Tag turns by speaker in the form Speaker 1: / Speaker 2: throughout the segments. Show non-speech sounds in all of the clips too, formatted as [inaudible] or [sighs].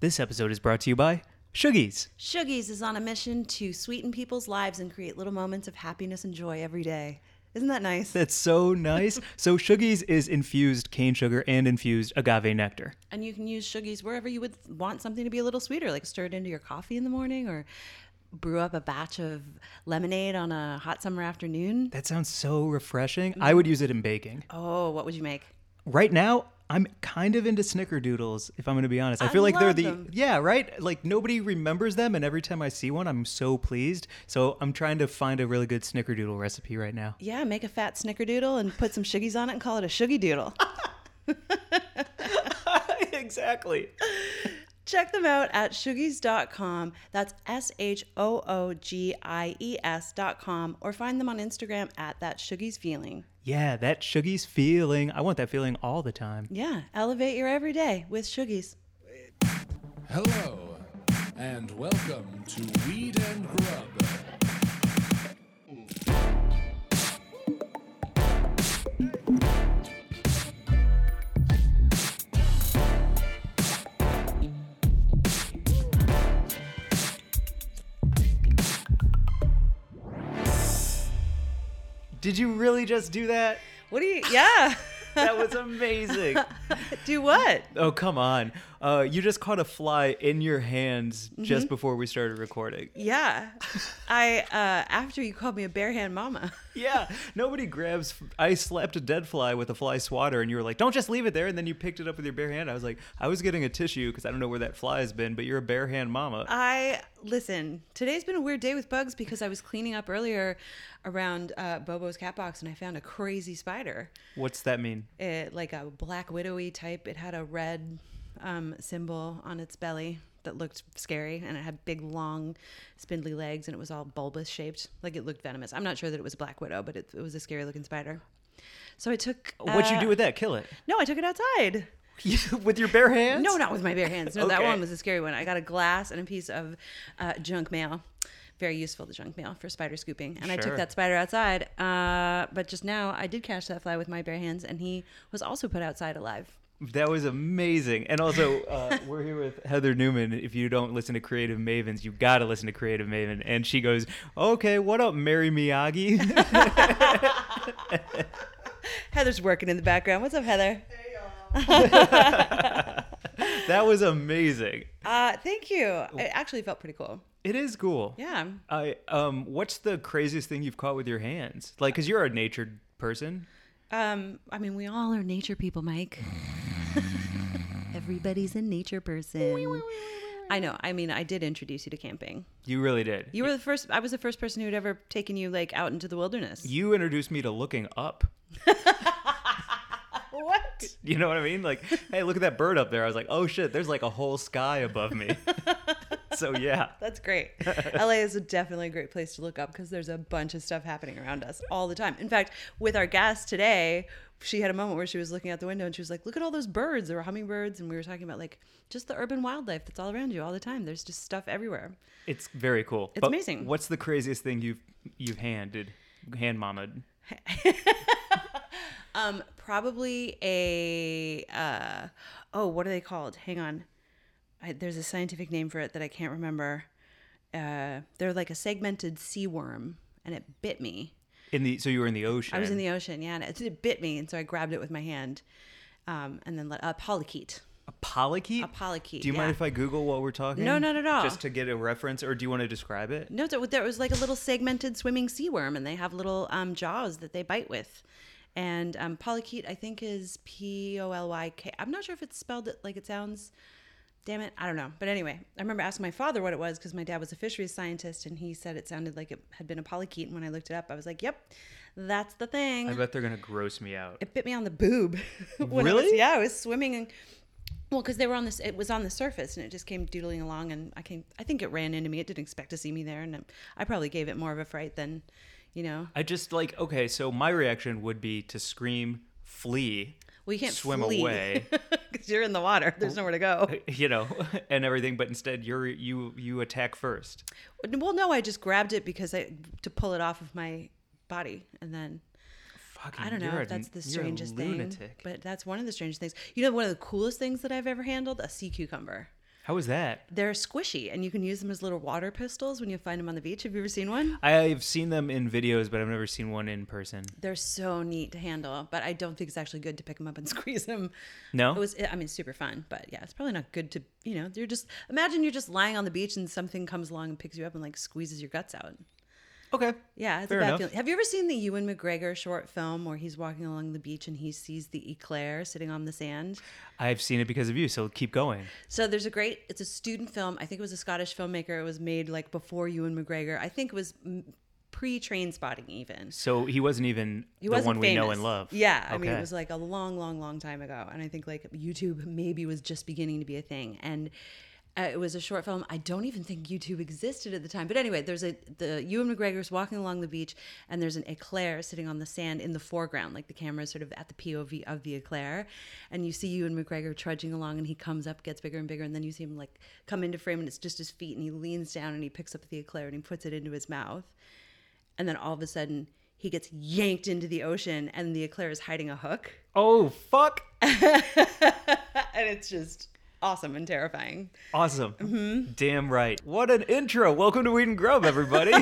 Speaker 1: This episode is brought to you by Sugies.
Speaker 2: Sugies is on a mission to sweeten people's lives and create little moments of happiness and joy every day. Isn't that nice?
Speaker 1: That's so [laughs] nice. so Sugies is infused cane sugar and infused agave nectar.
Speaker 2: And you can use Sugies wherever you would want something to be a little sweeter, like stir it into your coffee in the morning or brew up a batch of lemonade on a hot summer afternoon.
Speaker 1: That sounds so refreshing. I would use it in baking.
Speaker 2: Oh, what would you make?
Speaker 1: Right now, I'm kind of into snickerdoodles, if I'm going to be honest. I
Speaker 2: I
Speaker 1: feel like they're
Speaker 2: love
Speaker 1: the
Speaker 2: them.
Speaker 1: yeah, right? Like nobody remembers them and every time I see one, I'm so pleased. So, I'm trying to find a really good snickerdoodle recipe right now.
Speaker 2: Yeah, make a fat snickerdoodle and put some Sugies on it and call it a Sugie Doodle.
Speaker 1: [laughs] exactly.
Speaker 2: [laughs] Check them out at sugies.com. That's S H O O G I E S.com. Or find them on Instagram at that Sugies feeling.
Speaker 1: Yeah, that Sugies feeling. I want that feeling all the time.
Speaker 2: Yeah, elevate your everyday with Sugies.
Speaker 3: Hello, and welcome to Weed and Grub.
Speaker 1: Did you really just do that?
Speaker 2: What do you, yeah. [laughs]
Speaker 1: That [laughs] was amazing.
Speaker 2: do what?
Speaker 1: Oh, come on. Uh, you just caught a fly in your hands
Speaker 2: Mm-hmm.
Speaker 1: just before we started recording.
Speaker 2: Yeah. I, uh, after you called me a bare hand mama.
Speaker 1: Yeah, nobody grabs. I slapped a dead fly with a fly swatter, and you were like, don't just leave it there. And then you picked it up with your bare hand. I was like, I was getting a tissue because I don't know where that fly has been, but you're a bare hand mama.
Speaker 2: I, listen, today's been a weird day with bugs because I was cleaning up earlier around uh, Bobo's cat box and I found a crazy spider.
Speaker 1: What's that mean?
Speaker 2: it like a black widowy type. It had a red um, symbol on its belly that looked scary, and it had big, long, spindly legs, and it was all bulbous shaped. Like it looked venomous. I'm not sure that it was a black widow, but it, it was a scary looking spider. So I took.
Speaker 1: What'd you
Speaker 2: uh,
Speaker 1: do with that? Kill it. [laughs]
Speaker 2: No, I took it outside.
Speaker 1: with your bare hands?
Speaker 2: No, not with my bare hands. No, that
Speaker 1: Okay.
Speaker 2: one was a scary one. I got a glass and a piece of uh, junk mail. Very useful, the junk mail for spider scooping. And I
Speaker 1: Sure.
Speaker 2: took that spider outside. Uh, but just now, I did catch that fly with my bare hands, and he was also put outside alive.
Speaker 1: That was amazing. And also, uh, we're here with Heather Newman. If you don't listen to Creative Mavens, you got to listen to Creative Maven. And she goes, Okay, what up, Mary Miyagi? [laughs]
Speaker 2: Heather's working in the background. What's up, Heather?
Speaker 1: that was amazing.
Speaker 2: Uh, thank you. It actually felt pretty cool.
Speaker 1: It is cool.
Speaker 2: Yeah.
Speaker 1: I um, what's the craziest thing you've caught with your hands? Like, cause you're a natured person.
Speaker 2: Um, I mean, we all are nature people, Mike. [laughs] Everybody's a nature person. I know. I mean, I did introduce you to camping.
Speaker 1: You really did.
Speaker 2: You were the first. I was the first person who had ever taken you like out into the wilderness.
Speaker 1: You introduced me to looking up.
Speaker 2: What?
Speaker 1: You know what I mean? Like, [laughs] hey, look at that bird up there. I was like, oh shit, there's like a whole sky above
Speaker 2: [laughs]
Speaker 1: me. so yeah.
Speaker 2: That's great. LA is definitely a great place to look up because there's a bunch of stuff happening around us all the time. In fact, with our guest today, she had a moment where she was looking out the window and she was like, "Look at all those birds. There were hummingbirds." And we were talking about like just the urban wildlife that's all around you all the time. There's just stuff everywhere.
Speaker 1: It's very cool. It's
Speaker 2: amazing.
Speaker 1: What's the craziest thing you've you've handed, hand mamaed?
Speaker 2: Um, probably a uh, oh, what are they called? Hang on, I, there's a scientific name for it that I can't remember. Uh, they're like a segmented sea worm, and it bit me.
Speaker 1: In the so you were in the ocean.
Speaker 2: I was in the ocean, yeah, and it, it bit me, and so I grabbed it with my hand, um, and then let a polychaete.
Speaker 1: a polychaete.
Speaker 2: A polychaete,
Speaker 1: Do you mind
Speaker 2: yeah.
Speaker 1: if I Google while we're talking?
Speaker 2: No, not at all.
Speaker 1: Just to get a reference, or do you want to describe it?
Speaker 2: No, so there was like a little segmented swimming sea worm, and they have little um, jaws that they bite with. And um, polychaete, I think, is P O L Y K. I'm not sure if it's spelled it like it sounds. Damn it, I don't know. But anyway, I remember asking my father what it was because my dad was a fisheries scientist, and he said it sounded like it had been a polychaete. And when I looked it up, I was like, "Yep, that's the thing."
Speaker 1: I bet they're gonna gross me out.
Speaker 2: it bit me on the boob. [laughs] when I was-
Speaker 1: Really?
Speaker 2: yeah, I was swimming and well, because they were on this, it was on the surface and it just came doodling along, and I came. I think it ran into me. It didn't expect to see me there, and it, I probably gave it more of a fright than, you know.
Speaker 1: I just like okay, so my reaction would be to scream, flee, [laughs]
Speaker 2: Well, you can't
Speaker 1: swim
Speaker 2: [laughs]
Speaker 1: away, Oh.
Speaker 2: because you're in the water. There's nowhere to go.
Speaker 1: you know, [laughs] and everything. But instead, you're you you attack first.
Speaker 2: Well, no, I just grabbed it because I to pull it off of my body, and then
Speaker 1: Fucking,
Speaker 2: I don't know
Speaker 1: you're
Speaker 2: if
Speaker 1: a-
Speaker 2: that's the
Speaker 1: you're a
Speaker 2: strangest thing,
Speaker 1: lunatic.
Speaker 2: but that's one of the strangest things. You know, one of the coolest things that I've ever handled a sea cucumber.
Speaker 1: How was that?
Speaker 2: They're squishy, and you can use them as little water pistols when you find them on the beach. Have you ever seen one?
Speaker 1: I've seen them in videos, but I've never seen one in person.
Speaker 2: They're so neat to handle, but I don't think it's actually good to pick them up and [laughs] squeeze them.
Speaker 1: No?
Speaker 2: It was, I mean, super fun, but yeah, it's probably not good to, you know, you're just, imagine you're just lying on the beach and something comes along and picks you up and like squeezes your guts out.
Speaker 1: Okay.
Speaker 2: Yeah, it's
Speaker 1: Fair
Speaker 2: a bad
Speaker 1: enough.
Speaker 2: feeling. Have you ever seen the Ewan McGregor short film where he's walking along the beach and he sees the eclair sitting on the sand?
Speaker 1: I've seen it because of you, so keep going.
Speaker 2: So there's a great. It's a student film. I think it was a Scottish filmmaker. It was made like before Ewan McGregor. I think it was pre Train Spotting even.
Speaker 1: So he wasn't even
Speaker 2: He
Speaker 1: the
Speaker 2: wasn't
Speaker 1: one we know
Speaker 2: famous.
Speaker 1: and love.
Speaker 2: Yeah, I mean it
Speaker 1: Okay.
Speaker 2: was like a long, long, long time ago, and I think like YouTube maybe was just beginning to be a thing, and uh, it was a short film. I don't even think YouTube existed at the time, but anyway, there's a the Ewan McGregor's walking along the beach, and there's an eclair sitting on the sand in the foreground, like the camera is sort of at the POV of the eclair, and you see Ewan McGregor trudging along, and he comes up, gets bigger and bigger, and then you see him like come into frame, and it's just his feet, and he leans down and he picks up the eclair and he puts it into his mouth and then all of a sudden he gets yanked into the ocean and the eclair is hiding a hook
Speaker 1: Oh fuck!
Speaker 2: and it's just awesome and terrifying [laughs]
Speaker 1: Awesome.
Speaker 2: Mm-hmm.
Speaker 1: Damn right. What an intro. Welcome to Weed and Grub, everybody.
Speaker 2: [laughs]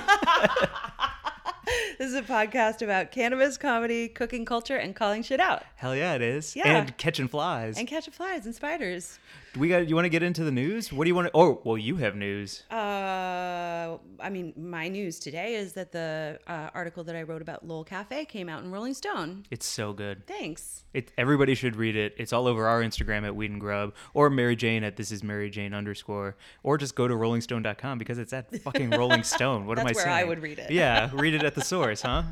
Speaker 2: this is a podcast about cannabis comedy cooking culture and calling shit out
Speaker 1: Hell yeah, it is.
Speaker 2: Yeah.
Speaker 1: And catching flies.
Speaker 2: and catching flies and spiders
Speaker 1: we got. You want to get into the news? What do you want to? Oh, well, you have news.
Speaker 2: uh, i mean my news today is that the uh, article that i wrote about lowell cafe came out in rolling stone
Speaker 1: It's so good.
Speaker 2: thanks
Speaker 1: It, everybody should read it. It's all over our Instagram at Weed and Grub or Mary Jane at this is Mary Jane underscore or just go to rollingstone.com because it's at fucking
Speaker 2: [laughs]
Speaker 1: Rolling Stone. What am I
Speaker 2: That's
Speaker 1: saying?
Speaker 2: where I would read it. Uh-huh.
Speaker 1: Yeah, read it at the source,
Speaker 2: [laughs]
Speaker 1: huh?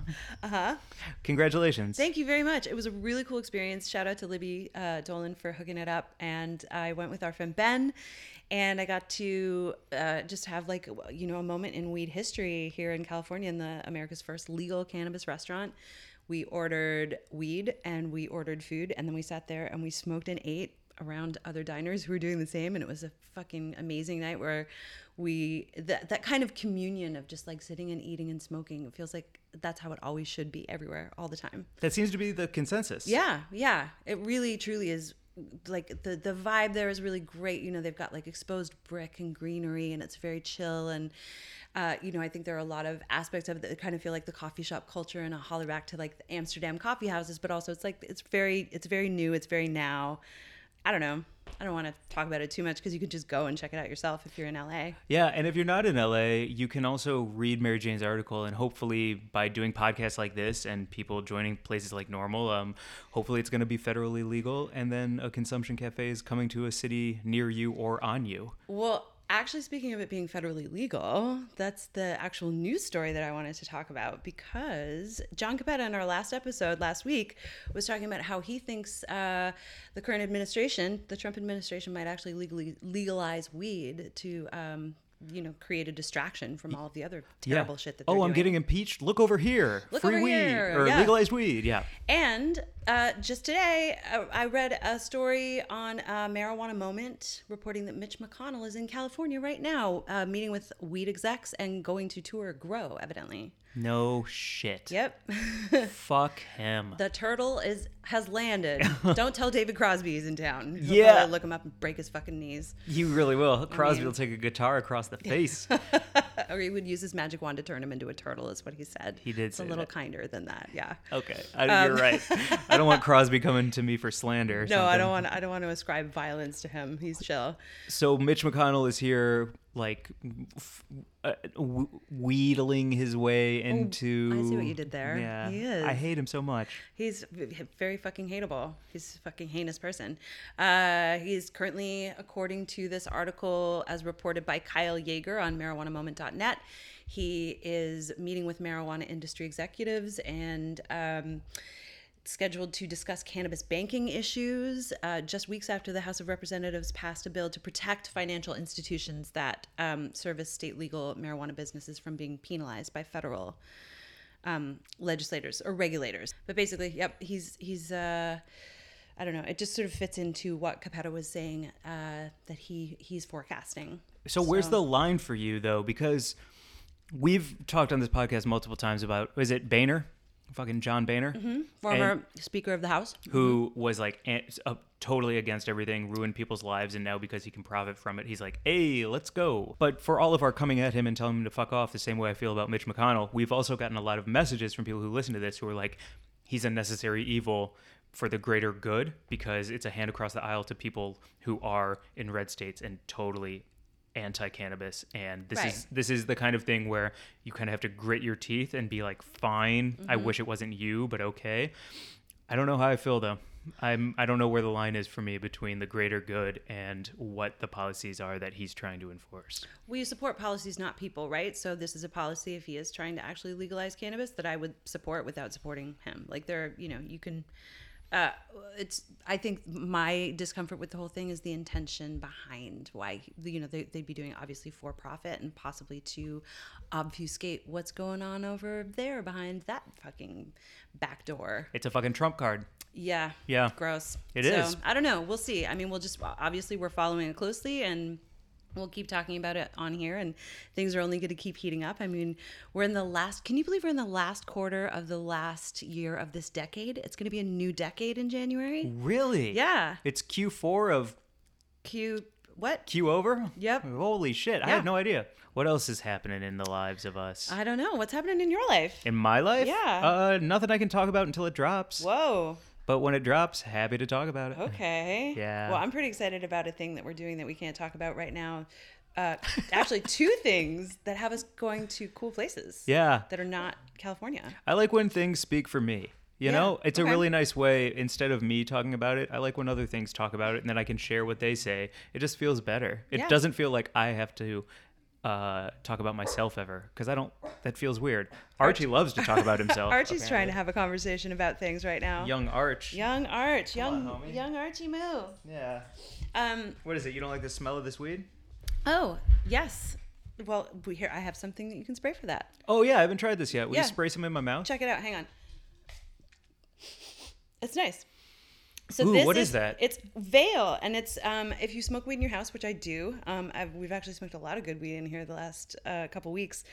Speaker 1: Uh huh. Congratulations.
Speaker 2: Thank you very much. It was a really cool experience. Shout out to Libby uh, Dolan for hooking it up. And I went with our friend Ben, and I got to uh, just have like you know a moment in weed history here in California in the America's first legal cannabis restaurant. We ordered weed and we ordered food, and then we sat there and we smoked and ate around other diners who were doing the same and it was a fucking amazing night where we that that kind of communion of just like sitting and eating and smoking it feels like that's how it always should be everywhere all the time
Speaker 1: That seems to be the consensus.
Speaker 2: yeah, yeah. It really truly is like the the vibe there is really great. You know, they've got like exposed brick and greenery and it's very chill and uh, you know, I think there are a lot of aspects of it that kind of feel like the coffee shop culture and a holler back to like the Amsterdam coffee houses, but also it's like it's very it's very new, it's very now. I don't know. I don't want to talk about it too much because you could just go and check it out yourself if you're in LA.
Speaker 1: Yeah, and if you're not in LA, you can also read Mary Jane's article, and hopefully, by doing podcasts like this and people joining places like Normal, um, hopefully it's going to be federally legal, and then a consumption cafe is coming to a city near you or on you.
Speaker 2: Well, actually, speaking of it being federally legal, that's the actual news story that I wanted to talk about because John Capetta in our last episode last week was talking about how he thinks uh, the current administration, the Trump administration, might actually legally legalize weed to. Um, you know, create a distraction from all of the other terrible shit that.
Speaker 1: Oh,
Speaker 2: they're
Speaker 1: I'm
Speaker 2: doing.
Speaker 1: getting impeached. Look over here.
Speaker 2: Look
Speaker 1: Free
Speaker 2: over
Speaker 1: weed
Speaker 2: here,
Speaker 1: or
Speaker 2: yeah.
Speaker 1: legalized weed. Yeah.
Speaker 2: And uh, just today, uh, I read a story on uh, Marijuana Moment reporting that Mitch McConnell is in California right now, uh, meeting with weed execs and going to tour Grow, evidently.
Speaker 1: No shit.
Speaker 2: Yep.
Speaker 1: Fuck him.
Speaker 2: [laughs] the turtle is
Speaker 1: [laughs]
Speaker 2: has landed. Don't tell David Crosby he's in town. He'll
Speaker 1: Yeah.
Speaker 2: probably look him up and break his fucking knees.
Speaker 1: you really will. Crosby
Speaker 2: mean-
Speaker 1: will take a guitar across the face.
Speaker 2: Or he would use his magic wand to turn him into a turtle, is what he said.
Speaker 1: He did
Speaker 2: It's a
Speaker 1: say
Speaker 2: little
Speaker 1: that. Oh,
Speaker 2: kinder than that. Yeah.
Speaker 1: okay, I,
Speaker 2: [laughs]
Speaker 1: you're right. I don't want Crosby coming to me for slander. Or
Speaker 2: Um, No, I don't
Speaker 1: something.
Speaker 2: want. I don't want to ascribe violence to him. He's chill.
Speaker 1: So Mitch McConnell is here, like f- uh, w- wheedling his way into.
Speaker 2: Oh, I see what you did there.
Speaker 1: Yeah,
Speaker 2: He is.
Speaker 1: I hate him so much.
Speaker 2: He's v- very fucking hateable. He's a fucking heinous person. Uh, he's currently, according to this article, as reported by Kyle Yeager on marijuanamoment.net, he is meeting with marijuana industry executives and um, scheduled to discuss cannabis banking issues uh, just weeks after the House of Representatives passed a bill to protect financial institutions that um, service state legal marijuana businesses from being penalized by federal um, legislators or regulators. But basically, yep, he's he's uh, I don't know. It just sort of fits into what Capetta was saying uh, that he he's forecasting.
Speaker 1: So where's the line for you though? Because we've talked on this podcast multiple times about is it Boehner? fucking John Boehner,
Speaker 2: Mm-hmm. Former Speaker of the House.
Speaker 1: who was like an- uh, totally against everything, ruined people's lives, and now because he can profit from it, he's like, hey, let's go. But for all of our coming at him and telling him to fuck off, the same way I feel about Mitch McConnell, we've also gotten a lot of messages from people who listen to this who are like, he's a necessary evil for the greater good because it's a hand across the aisle to people who are in red states and totally anti-cannabis and this
Speaker 2: Right.
Speaker 1: is this is the kind of thing where you kind of have to grit your teeth and be like fine i wish it wasn't you but okay i don't know how i feel though i'm i don't know where the line is for me between the greater good and what the policies are that he's trying to enforce
Speaker 2: We support policies, not people, right? So this is a policy if he is trying to actually legalize cannabis that I would support without supporting him. Like there, are- you know, you can. Uh, it's. I think my discomfort with the whole thing is the intention behind why you know they, they'd be doing it obviously for profit and possibly to obfuscate what's going on over there behind that fucking back door.
Speaker 1: it's a fucking trump card
Speaker 2: Yeah.
Speaker 1: Yeah.
Speaker 2: Gross.
Speaker 1: It
Speaker 2: It is.
Speaker 1: is.
Speaker 2: I don't know. We'll see. I mean, we'll just obviously we're following it closely and we'll keep talking about it on here and things are only going to keep heating up. I mean, we're in the last Can you believe we're in the last quarter of the last year of this decade? It's going to be a new decade in January.
Speaker 1: really
Speaker 2: Yeah.
Speaker 1: it's q4 of
Speaker 2: Q what?
Speaker 1: q over
Speaker 2: Yep.
Speaker 1: holy shit i
Speaker 2: Yeah.
Speaker 1: had no idea what else is happening in the lives of us
Speaker 2: I don't know. What's happening in your life?
Speaker 1: in my life
Speaker 2: Yeah.
Speaker 1: uh nothing i can talk about until it drops
Speaker 2: Whoa.
Speaker 1: But when it drops, happy to talk about it.
Speaker 2: Okay.
Speaker 1: Yeah.
Speaker 2: Well, I'm pretty excited about a thing that we're doing that we can't talk about right now. Uh, actually, two things that have us going to cool places.
Speaker 1: Yeah.
Speaker 2: that are not California.
Speaker 1: I like when things speak for me. You
Speaker 2: Yeah,
Speaker 1: know, it's a
Speaker 2: okay.
Speaker 1: really nice way. Instead of me talking about it, I like when other things talk about it and then I can share what they say. It just feels better. It
Speaker 2: Yeah.
Speaker 1: doesn't feel like I have to uh, talk about myself ever because I don't, that feels weird. Archie loves to talk about himself.
Speaker 2: [laughs] Archie's trying to have a conversation about things right now.
Speaker 1: Young Arch.
Speaker 2: Young Arch, young
Speaker 1: on, homie.
Speaker 2: young Archie Moo.
Speaker 1: Yeah.
Speaker 2: Um.
Speaker 1: What is it? You don't like the smell of this weed?
Speaker 2: Oh yes. Well, we- here I have something that you can spray for that.
Speaker 1: Oh, yeah. I haven't tried this yet. Will
Speaker 2: Yeah.
Speaker 1: you spray some in my mouth?
Speaker 2: Check it out. Hang on. It's nice. So
Speaker 1: Ooh,
Speaker 2: this
Speaker 1: what is that?
Speaker 2: It's Veil, and it's um, if you smoke weed in your house, which I do. Um, I've, we've actually smoked a lot of good weed in here the last uh, couple weeks.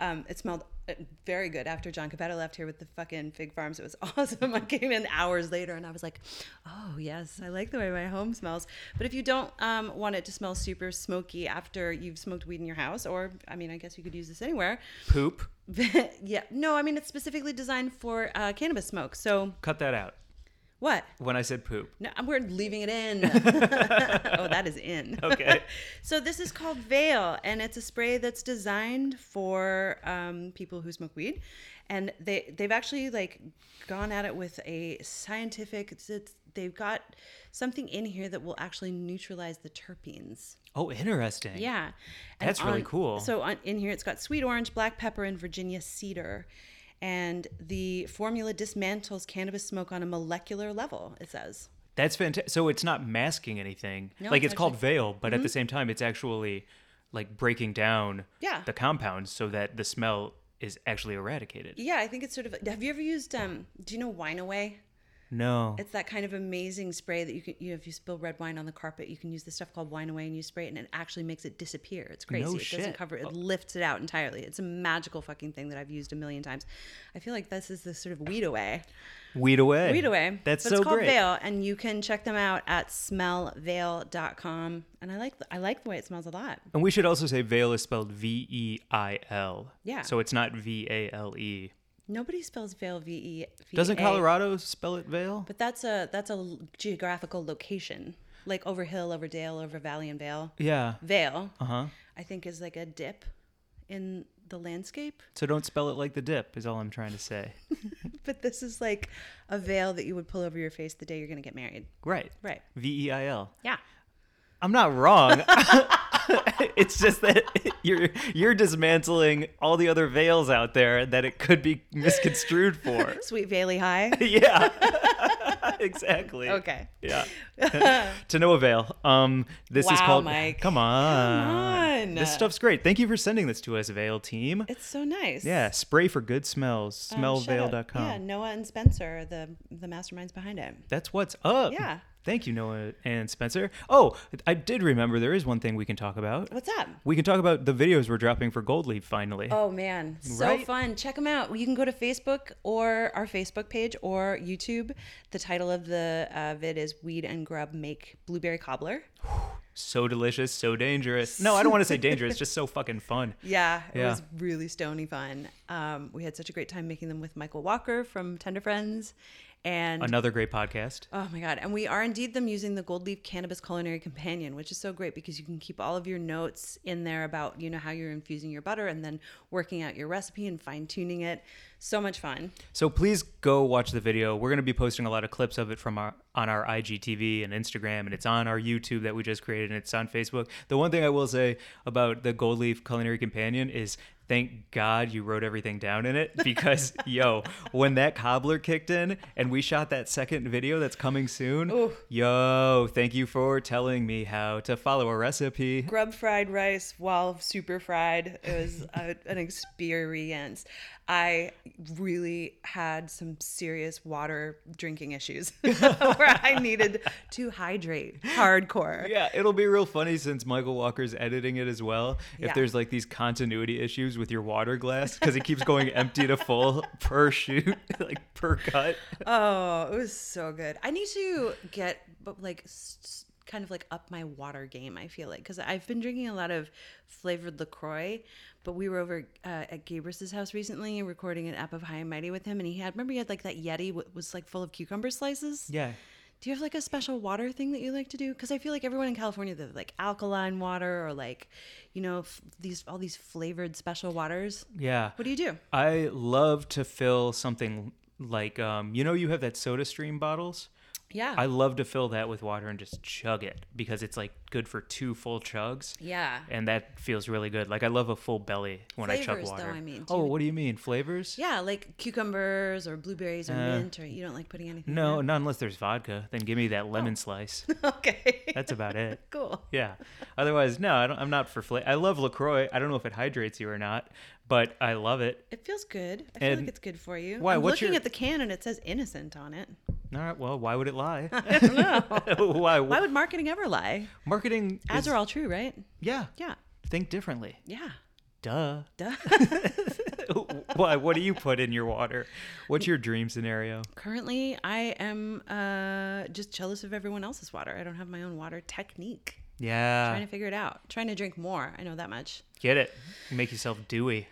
Speaker 2: Um, it smelled uh, very good after John Cabetta left here with the fucking fig farms. It was [laughs] awesome. I came in hours later, and I was like, "Oh yes, I like the way my home smells." But if you don't um, want it to smell super smoky after you've smoked weed in your house, or I mean, I guess you could use this anywhere.
Speaker 1: Poop.
Speaker 2: [laughs] yeah, no, I mean it's specifically designed for uh, cannabis smoke. So
Speaker 1: Cut that out
Speaker 2: what?
Speaker 1: when I said poop.
Speaker 2: No, we're leaving it in. [laughs] oh, that is in.
Speaker 1: Okay.
Speaker 2: [laughs] so this is called Veil, and it's a spray that's designed for um, people who smoke weed, and they they've actually like gone at it with a scientific. It's, it's, they've got something in here that will actually neutralize the terpenes.
Speaker 1: oh, interesting.
Speaker 2: Yeah. And
Speaker 1: That's really
Speaker 2: on-
Speaker 1: cool.
Speaker 2: So on, in here, it's got sweet orange, black pepper, and Virginia cedar. And the formula dismantles cannabis smoke on a molecular level, it says.
Speaker 1: That's fantastic. So it's not masking anything.
Speaker 2: No,
Speaker 1: like
Speaker 2: it's Mm-hmm.
Speaker 1: it's called veil, but at the same time, it's actually like breaking down
Speaker 2: Yeah.
Speaker 1: the compounds so that the smell is actually eradicated.
Speaker 2: Yeah, I think it's sort of. Have you ever used? Um, do you know Wine Away?
Speaker 1: No.
Speaker 2: It's that kind of amazing spray that you can. You know, if you spill red wine on the carpet, you can use this stuff called Wine Away, and you spray it, and it actually makes it disappear. It's crazy. it doesn't
Speaker 1: shit. Oh.
Speaker 2: cover. It lifts it out entirely. It's a magical fucking thing that I've used a million times. I feel like this is the sort of weed away.
Speaker 1: Weed away.
Speaker 2: Read away.
Speaker 1: That's
Speaker 2: But
Speaker 1: so
Speaker 2: it's called
Speaker 1: great.
Speaker 2: Veil, and you can check them out at smellveil.com. And I like I like the way it smells a lot.
Speaker 1: And we should also say veil is spelled V E I L.
Speaker 2: Yeah.
Speaker 1: So it's not V A L E.
Speaker 2: Nobody spells veil V E. V
Speaker 1: Doesn't
Speaker 2: A,
Speaker 1: Colorado spell it veil?
Speaker 2: But that's a that's a l- geographical location, like over hill, over dale, over valley, and vale.
Speaker 1: Yeah.
Speaker 2: Vale,
Speaker 1: Uh huh.
Speaker 2: I think, is like a dip in the landscape.
Speaker 1: So don't spell it like the dip, is all I'm trying to say. [laughs]
Speaker 2: But this is like a veil that you would pull over your face the day you're gonna get married.
Speaker 1: Right.
Speaker 2: Right.
Speaker 1: V E I L.
Speaker 2: Yeah.
Speaker 1: I'm not wrong. [laughs] it's just that you're you're dismantling all the other veils out there that it could be misconstrued
Speaker 2: [laughs]
Speaker 1: for.
Speaker 2: Sweet Veiley High.
Speaker 1: [laughs] yeah. exactly.
Speaker 2: Okay. [laughs]
Speaker 1: Yeah. to no avail. Um this is
Speaker 2: Wow,
Speaker 1: called
Speaker 2: Mike.
Speaker 1: Come on.
Speaker 2: on.
Speaker 1: This stuff's great. Thank you for sending this to us, Veil team.
Speaker 2: It's so nice.
Speaker 1: yeah, spray for good smells.
Speaker 2: Um, shout out-
Speaker 1: Smellveil.com.
Speaker 2: Yeah, Noah and Spencer are the the masterminds behind it.
Speaker 1: That's what's up.
Speaker 2: Yeah.
Speaker 1: Thank you, Noah and Spencer. Oh, I did remember there is one thing we can talk about.
Speaker 2: What's up?
Speaker 1: We can talk about the videos we're dropping for Gold Leaf finally.
Speaker 2: Oh man, so
Speaker 1: Right?
Speaker 2: fun. Check them out. You can go to Facebook or our Facebook page or YouTube. The title of the uh, vid is Weed and Grub Make Blueberry Cobbler.
Speaker 1: So delicious, so dangerous. No, I don't want to say dangerous, just so fucking fun.
Speaker 2: Yeah, it
Speaker 1: Yeah.
Speaker 2: was really stony fun. Um, we had such a great time making them with Michael Walker from Tender Friends. And
Speaker 1: Another great podcast.
Speaker 2: Oh my God. And we are indeed them using the Gold Leaf Cannabis Culinary Companion, which is so great because you can keep all of your notes in there about, you know, how you're infusing your butter and then working out your recipe and fine tuning it. So much fun.
Speaker 1: So please go watch the video. We're going to be posting a lot of clips of it from our on our IGTV and Instagram, and it's on our YouTube that we just created, and it's on Facebook. The one thing I will say about the Gold Leaf Culinary Companion is thank God you wrote everything down in it because yo, when that cobbler kicked in and we shot that second video that's coming soon, yo, thank you for telling me how to follow a recipe.
Speaker 2: Grub fried rice while super fried. It was a, an experience. I really had some serious water drinking issues [laughs] where I needed to hydrate hardcore.
Speaker 1: Yeah, it'll be real funny since Michael Walker's editing it as well. If
Speaker 2: Yeah.
Speaker 1: there's like these continuity issues with your water glass because it keeps going empty to full [laughs] per shoot, like per cut.
Speaker 2: Oh, it was so good. I need to get but like s- s- kind of like up my water game. I feel like because I've been drinking a lot of flavored Lacroix, but we were over uh, at Gabrus's house recently recording an app of High and Mighty with him, and he had remember he had like that Yeti what was like full of cucumber slices.
Speaker 1: Yeah.
Speaker 2: Do you have like a special water thing that you like to do? Because I feel like everyone in California they have like alkaline water or like you know f- these all these flavored special waters.
Speaker 1: Yeah.
Speaker 2: What do you do?
Speaker 1: I love to fill something like, um, you know, you have that soda stream bottles.
Speaker 2: Yeah.
Speaker 1: I love to fill that with water and just chug it because it's like good for two full chugs.
Speaker 2: yeah.
Speaker 1: And that feels really good. Like I love a full belly when I chug
Speaker 2: Flavors, though,
Speaker 1: water.
Speaker 2: I mean. Do
Speaker 1: oh,
Speaker 2: you-
Speaker 1: what do you mean flavors?
Speaker 2: Yeah, like cucumbers or blueberries or mint, or you don't like putting anything. in
Speaker 1: Uh, No, not unless there's vodka. Then give me
Speaker 2: Oh.
Speaker 1: that lemon slice.
Speaker 2: it? [laughs] okay.
Speaker 1: That's about it.
Speaker 2: cool.
Speaker 1: Yeah. Otherwise, no, I don't, I'm not for flavor. I love Lacroix. I don't know if it hydrates you or not, but I love it.
Speaker 2: It feels good. I feel
Speaker 1: And-
Speaker 2: like it's good for you.
Speaker 1: Why,
Speaker 2: I'm
Speaker 1: what's
Speaker 2: looking
Speaker 1: your-
Speaker 2: at the can and it says innocent on it.
Speaker 1: All right. Well, why would it
Speaker 2: [laughs]
Speaker 1: lie? I don't know. [laughs] why?
Speaker 2: Why would marketing ever lie?
Speaker 1: Marketing.
Speaker 2: Ads
Speaker 1: Is,
Speaker 2: are all true, right?
Speaker 1: yeah.
Speaker 2: Yeah.
Speaker 1: Think differently.
Speaker 2: Yeah.
Speaker 1: Duh. [laughs]
Speaker 2: Duh.
Speaker 1: why? What do you put in your water? What's your dream scenario?
Speaker 2: Currently, I am uh, just jealous of everyone else's water. I don't have my own water technique. Trying
Speaker 1: Yeah.
Speaker 2: to figure it out. Trying to drink more. I know that much.
Speaker 1: Get it. Make yourself dewy.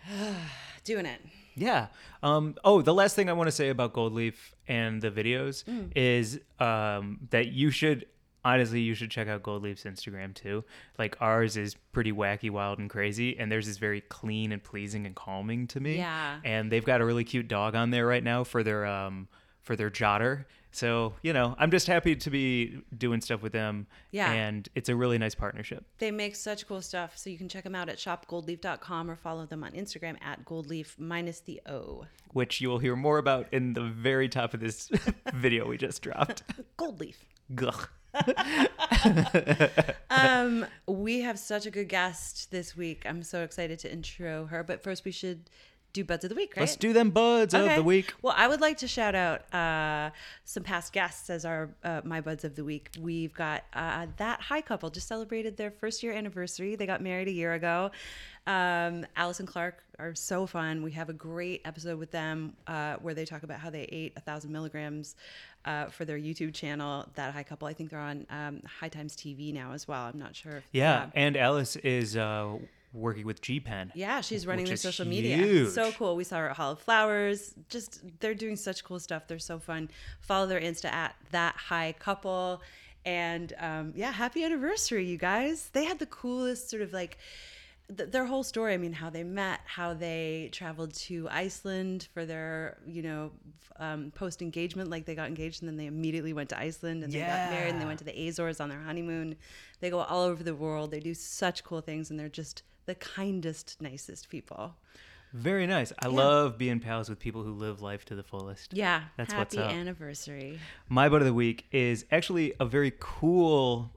Speaker 2: Doing it.
Speaker 1: Yeah. Um, oh, the last thing I want to say about Gold Leaf and the videos
Speaker 2: Mm.
Speaker 1: is um, that you should honestly you should check out Gold Leaf's Instagram too. Like ours is pretty wacky, wild, and crazy, and theirs is very clean and pleasing and calming to me.
Speaker 2: Yeah.
Speaker 1: And they've got a really cute dog on there right now for their um, for their jotter. So you know, I'm just happy to be doing stuff with them.
Speaker 2: Yeah.
Speaker 1: And it's a really nice partnership.
Speaker 2: They make such cool stuff. So you can check them out at shopgoldleaf.com or follow them on Instagram at goldleaf minus the O.
Speaker 1: Which you will hear more about in the very top of this [laughs] video we just
Speaker 2: [laughs]
Speaker 1: dropped.
Speaker 2: Gold leaf.
Speaker 1: Gah.
Speaker 2: Um, we have such a good guest this week. I'm so excited to intro her. But first, we should do buds of the week, right?
Speaker 1: Let's do them buds of
Speaker 2: Okay.
Speaker 1: the week.
Speaker 2: Well, I would like to shout out uh, some past guests as our uh, my buds of the week. We've got uh, that high couple just celebrated their first year anniversary. They got married a year ago. Um, Alice and Clark are so fun. We have a great episode with them uh, where they talk about how they ate a thousand milligrams uh, for their YouTube channel. That high couple. I think they're on um, High Times TV now as well. I'm not sure. If, uh,
Speaker 1: Yeah, and Alice is uh, working with G Pen.
Speaker 2: Yeah, she's running
Speaker 1: Which
Speaker 2: their
Speaker 1: is
Speaker 2: social media.
Speaker 1: huge.
Speaker 2: So cool. We saw her at Hall of Flowers. Just they're doing such cool stuff. They're so fun. Follow their Insta at that high couple. And um, yeah, happy anniversary, you guys. They had the coolest sort of like th- their whole story. I mean, how they met, how they traveled to Iceland for their, you know, um, post engagement. Like they got engaged and then they immediately went to Iceland and they got married and they
Speaker 1: Yeah.
Speaker 2: went to the Azores on their honeymoon. They go all over the world. They do such cool things and they're just the kindest, nicest people.
Speaker 1: Very nice. I love being pals with people who live life to the fullest.
Speaker 2: Yeah.
Speaker 1: That's what's
Speaker 2: Happy
Speaker 1: up.
Speaker 2: anniversary.
Speaker 1: My bud of the week is actually a very cool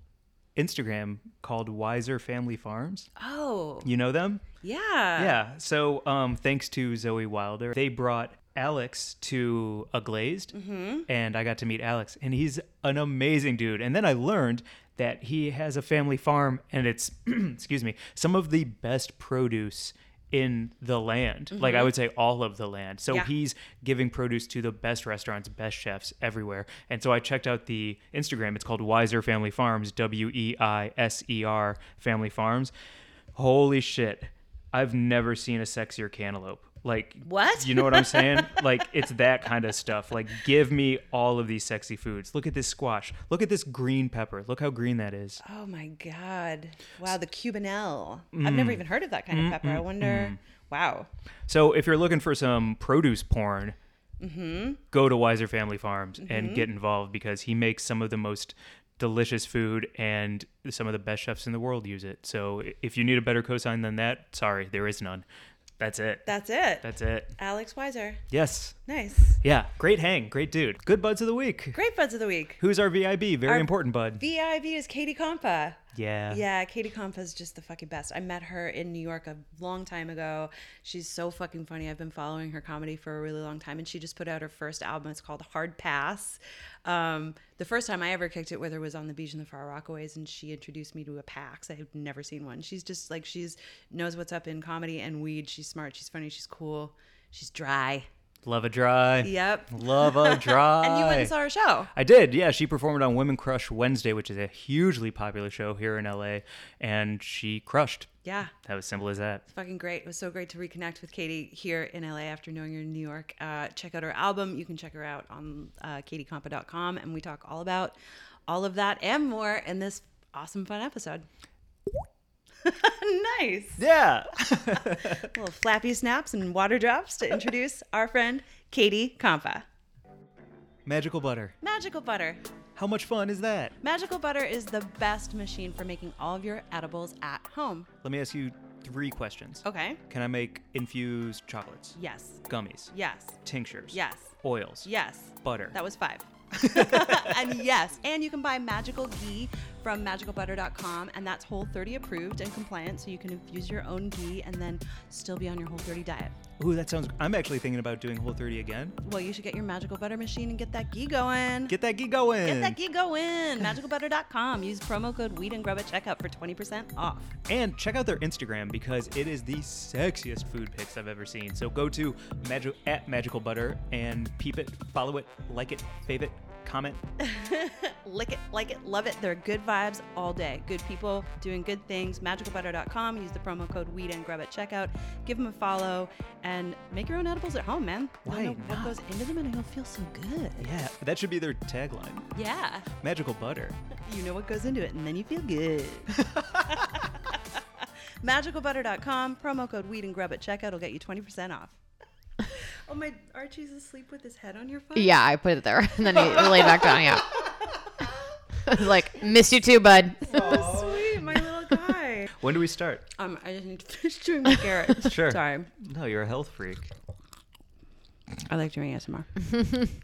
Speaker 1: Instagram called Wiser Family Farms.
Speaker 2: Oh,
Speaker 1: You know them?
Speaker 2: yeah.
Speaker 1: Yeah. So um, thanks to Zoe Wilder, they brought Alex to a glazed,
Speaker 2: Mm-hmm.
Speaker 1: and I got to meet Alex, and he's an amazing dude. And then I learned that he has a family farm, and it's [clears throat] excuse me, some of the best produce in the land. Like I would say, all of the land. So
Speaker 2: Mm-hmm. Yeah.
Speaker 1: he's giving produce to the best restaurants, best chefs everywhere. And so I checked out the Instagram. It's called Wiser Family Farms, W E I S E R Family Farms. Holy shit! I've never seen a sexier cantaloupe. Like
Speaker 2: What?
Speaker 1: you know what I'm saying? like it's that kind of stuff. Like give me all of these sexy foods. Look at this squash. Look at this green pepper. Look how green that is.
Speaker 2: Oh my God. Wow, the Cubanelle. I've
Speaker 1: Mm.
Speaker 2: never even heard of that kind of pepper. I wonder. Wow.
Speaker 1: So if you're looking for some produce porn, go to Wiser Family Farms and get involved because he makes some of the most delicious food and some of the best chefs in the world use it. So if you need a better cosign than that, sorry, there is none. That's it.
Speaker 2: That's it.
Speaker 1: That's it.
Speaker 2: Alex Weiser.
Speaker 1: Yes.
Speaker 2: Nice.
Speaker 1: Yeah. Great hang. Great dude. Good buds of the week.
Speaker 2: Great buds of the week.
Speaker 1: Who's our VIB? Very
Speaker 2: Our
Speaker 1: important bud.
Speaker 2: VIB is Katie Compa.
Speaker 1: yeah.
Speaker 2: Yeah, Katie Compa is just the fucking best. I met her in New York a long time ago. She's so fucking funny. I've been following her comedy for a really long time, and she just put out her first album. It's called Hard Pass. Um, the first time I ever kicked it with her was on the beach in the Far Rockaways, and she introduced me to a PAX. I had never seen one. She's just like she's knows what's up in comedy and weed. She's smart. She's funny. She's cool. She's dry.
Speaker 1: Love a dry.
Speaker 2: Yep.
Speaker 1: Love a dry.
Speaker 2: [laughs] And you went and saw her show.
Speaker 1: I did, yeah. She performed on Women Crush Wednesday, which is a hugely popular show here in LA, and she crushed.
Speaker 2: Yeah.
Speaker 1: That was simple as that.
Speaker 2: fucking great. It was so great to reconnect with Katie here in LA after knowing her in New York. Uh, check out her album. You can check her out on uh, katiecompa.com. And we talk all about all of that and more in this awesome, fun episode. [laughs] nice.
Speaker 1: Yeah.
Speaker 2: Little flappy snaps and water drops to introduce our friend Katie Compa.
Speaker 1: [laughs] Magical butter.
Speaker 2: Magical Butter.
Speaker 1: How much fun is that?
Speaker 2: Magical Butter is the best machine for making all of your edibles at home.
Speaker 1: Let me ask you three questions.
Speaker 2: Okay.
Speaker 1: Can I make infused chocolates,
Speaker 2: Yes.
Speaker 1: gummies,
Speaker 2: Yes.
Speaker 1: tinctures,
Speaker 2: Yes.
Speaker 1: oils,
Speaker 2: Yes.
Speaker 1: butter?
Speaker 2: That was five. and yes, and you can buy magical ghee from magicalbutter.com, and that's Whole 30 approved and compliant, so you can infuse your own ghee and then still be on your Whole 30 diet.
Speaker 1: Ooh, that sounds. I'm actually thinking about doing Whole 30 again.
Speaker 2: Well, you should get your magical butter machine and get that ghee going.
Speaker 1: Get that geek going.
Speaker 2: Get that ghee going. Magicalbutter.com. Use promo code Weed and Grub at checkout for 20% off.
Speaker 1: And check out their Instagram because it is the sexiest food pics I've ever seen. So go to magi- at Magical Butter and peep it, follow it, like it, fave it,
Speaker 4: [laughs]
Speaker 1: comment.
Speaker 2: Lick it, like it, love it. They're good vibes all day. Good people doing good things. Magicalbutter.com. Use the promo code Weed and Grub at checkout. Give them a follow and make your own edibles at home, man. You
Speaker 1: Why
Speaker 2: don't know
Speaker 1: not?
Speaker 2: what goes into them and it'll feel so good.
Speaker 1: Yeah, that should be their tagline.
Speaker 2: Yeah.
Speaker 1: Magical Butter.
Speaker 2: You know what goes into it and then you feel [laughs] good. Magicalbutter.com. Promo code Weed and Grub at checkout will get you 20% [laughs] off. oh, my Archie's asleep with his head on your phone.
Speaker 4: Yeah, I put it there. [laughs] And then he laid back down. Yeah. [laughs] I was like, miss you too, bud.
Speaker 2: Sweet, my little guy.
Speaker 1: When do we start?
Speaker 2: [laughs] Um, I just need to finish chewing [laughs] my carrot.
Speaker 1: Sure.
Speaker 2: Sorry.
Speaker 1: No, you're a health freak.
Speaker 2: I like doing ASMR.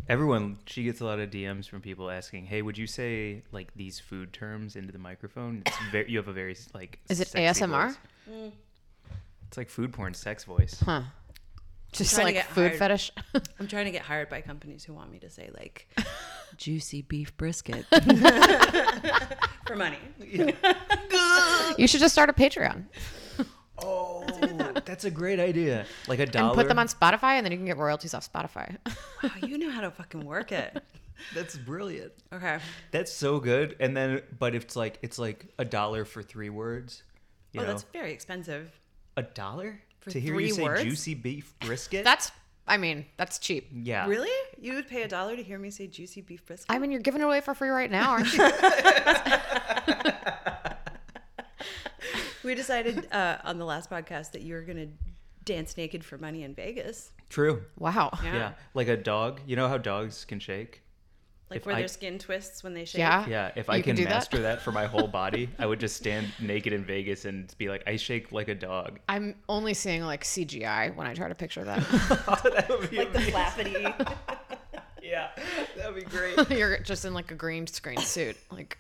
Speaker 1: Everyone, she gets a lot of DMs from people asking, "Hey, would you say like these food terms into the microphone?"
Speaker 4: [coughs]
Speaker 1: It's very, you have a very like.
Speaker 4: Is it
Speaker 1: sexy
Speaker 4: ASMR?
Speaker 1: voice. It's like food porn, sex voice.
Speaker 4: Mm. Huh. [laughs] Just
Speaker 2: Trying to
Speaker 4: like
Speaker 2: get
Speaker 4: food
Speaker 2: hired.
Speaker 4: fetish.
Speaker 2: [laughs]
Speaker 4: [laughs]
Speaker 2: I'm trying to get hired by companies who want me to say [laughs] like juicy beef [laughs] brisket for money. [laughs]
Speaker 4: you should just start a Patreon
Speaker 1: Oh, that's a great idea. Like a dollar.
Speaker 4: and put them on Spotify, and then you can get royalties off Spotify. [laughs]
Speaker 2: Wow, Oh, you know how to fucking work it.
Speaker 1: That's brilliant.
Speaker 2: Okay. Oh,
Speaker 1: That's so good. And then, but it's like it's like a dollar for three words. You
Speaker 2: Oh,
Speaker 1: know,
Speaker 2: that's very expensive.
Speaker 1: a dollar
Speaker 2: For
Speaker 1: to hear
Speaker 2: three
Speaker 1: you say
Speaker 2: words?
Speaker 1: juicy beef brisket.
Speaker 4: that's, I mean, that's cheap.
Speaker 1: yeah,
Speaker 2: Really? You would pay a dollar to hear me say juicy beef brisket?
Speaker 4: I mean, you're giving it away for free right now, aren't [laughs] you?
Speaker 2: we decided uh, on the last podcast that you were gonna dance naked for money in Vegas.
Speaker 1: true.
Speaker 4: wow.
Speaker 1: Yeah, like a dog. You know how dogs can shake.
Speaker 2: Like
Speaker 1: If
Speaker 2: where
Speaker 1: I-
Speaker 2: their skin twists when they shake.
Speaker 4: Yeah.
Speaker 1: Yeah, if I
Speaker 4: You
Speaker 1: can,
Speaker 4: do that?
Speaker 1: master that? for my whole body, I would just stand naked in Vegas and be like, I shake like a dog. [laughs]
Speaker 4: I'm only seeing like CGI when I try to picture that. [laughs]
Speaker 1: that would be
Speaker 2: Like
Speaker 1: [laughs]
Speaker 2: the flappity.
Speaker 1: yeah, that would be great.
Speaker 4: you're just in like a green screen suit. Like,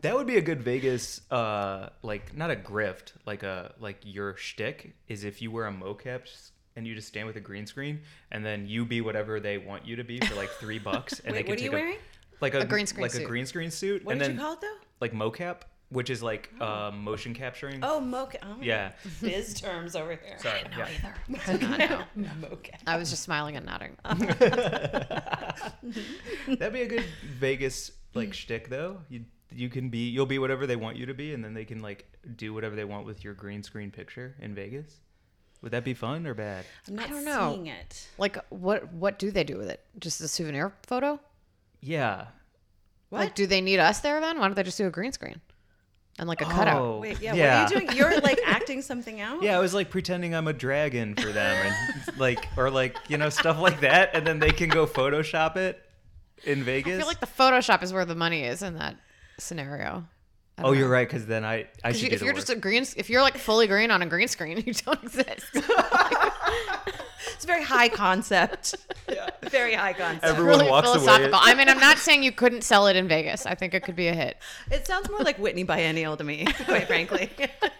Speaker 1: That would be a good Vegas, uh, like not a grift, like a like your shtick is if you wear a mocap s- and you just stand with a green screen, and then you be whatever they want you to be for like three bucks. And
Speaker 2: [laughs] Wait,
Speaker 1: they can
Speaker 2: what are
Speaker 1: take
Speaker 2: you wearing?
Speaker 1: Like a,
Speaker 4: green screen
Speaker 1: like a
Speaker 4: suit.
Speaker 1: green screen suit,
Speaker 2: What
Speaker 1: and
Speaker 2: did
Speaker 1: then
Speaker 2: you call it though?
Speaker 1: like mocap, which is
Speaker 2: [gasps]
Speaker 1: like uh, motion capturing.
Speaker 2: Oh, mocha. Oh, my
Speaker 1: Yeah.
Speaker 2: God. [laughs] Biz terms over here.
Speaker 1: Sorry.
Speaker 2: [laughs]
Speaker 1: yeah.
Speaker 4: I did not know.
Speaker 2: Mocha.
Speaker 4: I was just smiling and [laughs] nodding.
Speaker 1: [laughs] That'd be a good Vegas
Speaker 2: [laughs]
Speaker 1: like shtick though. You you can be you'll be whatever they want you to be, and then they can like do whatever they want with your green screen picture in Vegas. Would that be fun or bad?
Speaker 2: I'm not
Speaker 4: don't know.
Speaker 2: seeing it.
Speaker 4: Like, what what do they do with it? Just a souvenir photo?
Speaker 1: Yeah.
Speaker 4: Like, do they need us there then? Why don't they just do a green screen and like a cutout?
Speaker 1: Oh,
Speaker 2: Wait, yeah, What are you doing? You're
Speaker 1: [laughs]
Speaker 2: like acting something out.
Speaker 1: Yeah, I was like pretending I'm a dragon for them, and like or like you know stuff like that, and then they can go Photoshop it in Vegas.
Speaker 4: I feel like the Photoshop is where the money is in that scenario. I
Speaker 1: oh,
Speaker 4: don't
Speaker 1: you're
Speaker 4: know.
Speaker 1: right, because then I I
Speaker 4: 'Cause
Speaker 1: should
Speaker 4: you-
Speaker 1: do
Speaker 4: if
Speaker 1: the
Speaker 4: you're
Speaker 1: work.
Speaker 4: just a green, if you're like fully green on a green screen, [laughs] you don't exist.
Speaker 2: It's very
Speaker 1: [laughs]
Speaker 2: high concept. yeah. Very high concept.
Speaker 1: everyone
Speaker 4: really
Speaker 1: walks away.
Speaker 2: [laughs]
Speaker 4: philosophical. I mean, I'm not saying you couldn't sell it in Vegas. I think it could be a hit.
Speaker 2: It sounds more like Whitney Biennial to me, [laughs] quite frankly.
Speaker 1: [laughs]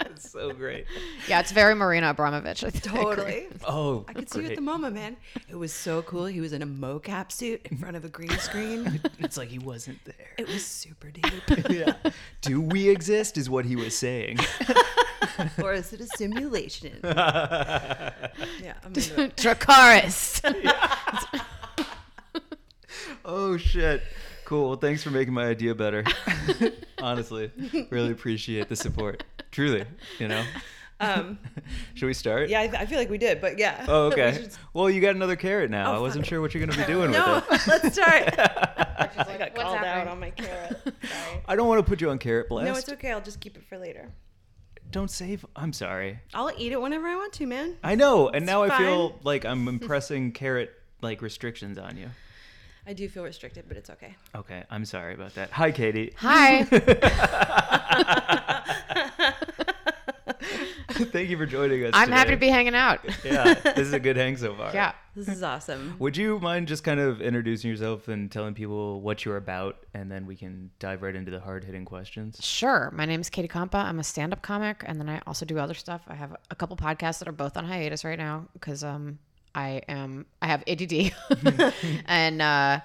Speaker 1: It's so great.
Speaker 4: Yeah, it's very Marina Abramovich. I think. I agree.
Speaker 2: [laughs] totally.
Speaker 1: Oh,
Speaker 2: I could see you at the MoMA, man. It was so cool. He was in a mocap suit in front of a green screen.
Speaker 1: [laughs] It's like he wasn't there.
Speaker 2: [laughs] It was super deep.
Speaker 1: [laughs] yeah. Do we exist? Is what he was
Speaker 2: [laughs]
Speaker 1: saying. [laughs]
Speaker 2: or is it a simulation? yeah, I'm into it. [laughs]
Speaker 4: Dracaris.
Speaker 1: Oh shit. Cool. Well, thanks for making my idea
Speaker 2: [laughs]
Speaker 1: better. Honestly, really appreciate the support. Truly, you know.
Speaker 2: Um,
Speaker 1: Should we start?
Speaker 2: yeah, I, I feel like we did, but yeah.
Speaker 1: Oh,
Speaker 2: [laughs] We
Speaker 1: okay.
Speaker 2: should-
Speaker 1: Well, you got another carrot now.
Speaker 2: Oh,
Speaker 1: I wasn't
Speaker 2: fuck.
Speaker 1: sure what you're gonna be doing
Speaker 2: [laughs] No,
Speaker 1: with it.
Speaker 2: let's start.
Speaker 1: [laughs]
Speaker 4: I got
Speaker 2: Called out on my carrot. Sorry.
Speaker 1: I don't want to put you on carrot blast.
Speaker 2: No, it's okay. I'll just keep it for later.
Speaker 1: Don't save. I'm sorry.
Speaker 2: I'll eat it whenever I want to, man.
Speaker 1: I know, and now I
Speaker 2: fine. [laughs]
Speaker 1: feel like I'm impressing carrot like restrictions on you.
Speaker 2: I do feel restricted, but it's okay.
Speaker 1: Okay, I'm sorry about that. Hi, Katie. [laughs]
Speaker 4: Hi.
Speaker 2: [laughs]
Speaker 1: Thank you for joining us.
Speaker 4: I'm happy to be
Speaker 1: today.
Speaker 4: hanging out. [laughs]
Speaker 1: Yeah, this is a good hang so far.
Speaker 4: Yeah.
Speaker 2: This is awesome.
Speaker 1: Would you mind just kind of introducing yourself and telling people what you're about, and then we can dive right into the hard hitting questions?
Speaker 4: Sure. My name is Katie Compa. I'm a stand up comic, and then I also do other stuff. I have a couple podcasts that are both on hiatus right now because um, I am I have ADD, [laughs] and uh,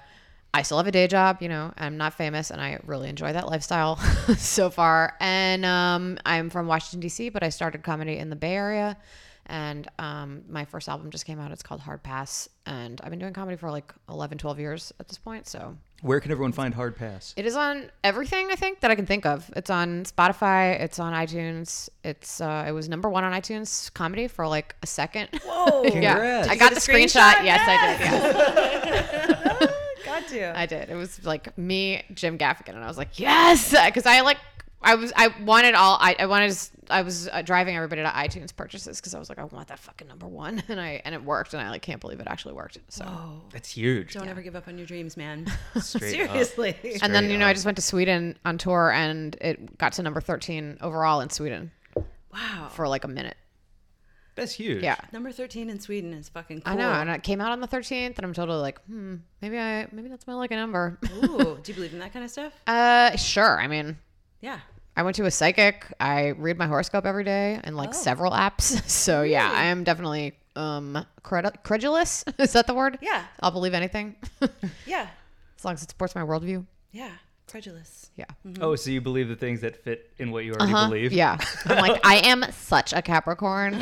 Speaker 4: I still have a day job. You know, I'm not famous, and I really enjoy that lifestyle [laughs] so far. And um, I'm from Washington D.C., but I started comedy in the Bay Area, and um, my first album just came out. It's called Hard Pass, and I've been doing comedy for like 11, 12 years at this point. So
Speaker 1: Where can everyone find Hard Pass?
Speaker 4: it is on everything I think that I can think of. It's on Spotify. It's on iTunes. It's uh, it was number one on iTunes comedy for like a second. [laughs]
Speaker 2: Whoa.
Speaker 1: Congrats.
Speaker 4: yeah, I
Speaker 1: Did
Speaker 4: got the
Speaker 2: get a
Speaker 4: screenshot.
Speaker 2: screenshot?
Speaker 4: Yes, I did. Yeah,
Speaker 2: Got to.
Speaker 4: I did. It was like me, Jim Gaffigan, and I was like, yes, [laughs] because I like I was I wanted all I I wanted I was uh, driving everybody to iTunes purchases because I was like I want that fucking number one [laughs] and I and it worked and I like can't believe it actually worked. So.
Speaker 1: That's huge.
Speaker 2: Don't ever give up on your dreams, [laughs] man.
Speaker 4: [laughs]
Speaker 1: Straight up.
Speaker 2: Seriously.
Speaker 4: And then
Speaker 1: Straight
Speaker 4: you know I
Speaker 1: up.
Speaker 4: just went to Sweden on tour and it got to number thirteen overall in Sweden
Speaker 2: Wow.
Speaker 4: for like a minute.
Speaker 1: That's huge.
Speaker 4: Yeah.
Speaker 2: Number 13 in Sweden is fucking cool.
Speaker 4: I know, and it came out on the 13th, and I'm totally like, hmm, maybe I, maybe that's my lucky number. [laughs]
Speaker 2: Ooh, do you believe in that kind of stuff?
Speaker 4: uh, sure. I mean,
Speaker 2: Yeah.
Speaker 4: I went to a psychic. I read my horoscope every day in
Speaker 2: Oh.
Speaker 4: like several apps. [laughs] So yeah, I am definitely um cred- credulous. [laughs] Is that the word?
Speaker 2: Yeah.
Speaker 4: I'll believe anything [laughs] as
Speaker 2: Yeah.
Speaker 4: long as it supports my worldview.
Speaker 2: Yeah. Credulous.
Speaker 4: Yeah.
Speaker 1: Oh, so you believe the things that fit in what you already believe?
Speaker 4: Mm-hmm. Uh-huh. Yeah. I'm
Speaker 1: [laughs]
Speaker 4: like, I am such a Capricorn.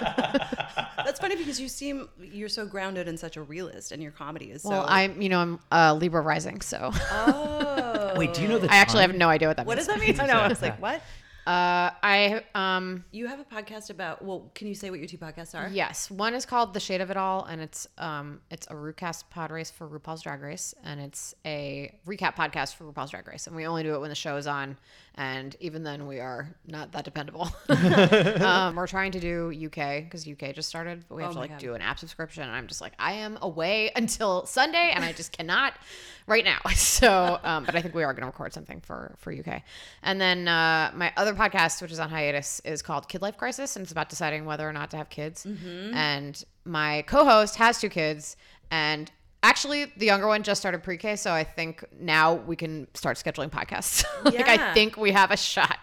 Speaker 2: That's funny because you seem you're so grounded and such a realist, and your comedy is so.
Speaker 4: Well, I'm, you know, I'm uh, Libra rising, so [laughs]
Speaker 2: Oh.
Speaker 1: Wait, do you know the
Speaker 4: I actually
Speaker 1: time?
Speaker 4: have no idea what that
Speaker 2: What
Speaker 4: means.
Speaker 2: does that mean? [laughs] I know. I was like, what?
Speaker 4: Uh, I um.
Speaker 2: You have a podcast about. Well, can you say what your two podcasts are?
Speaker 4: Yes, one is called "The Shade of It All," and it's um it's a recast pod race for RuPaul's Drag Race, and it's a recap podcast for RuPaul's Drag Race, and we only do it when the show is on, and even then we are not that dependable. [laughs] um, we're trying to do UK because UK just started, but we have
Speaker 2: Oh
Speaker 4: to
Speaker 2: my
Speaker 4: like
Speaker 2: God.
Speaker 4: do an app subscription, and I'm just like I am away [laughs] until Sunday, and I just cannot right now. [laughs] So, um, but I think we are going to record something for for UK, and then uh, my other podcast, which is on hiatus, is called Kid Life Crisis, and it's about
Speaker 2: Mm-hmm.
Speaker 4: deciding whether or not to have kids. And my co-host has two kids, and Actually, the younger one just started pre-K, so I think now we can start scheduling podcasts. [laughs] like I
Speaker 2: Yeah.
Speaker 4: think we have a shot.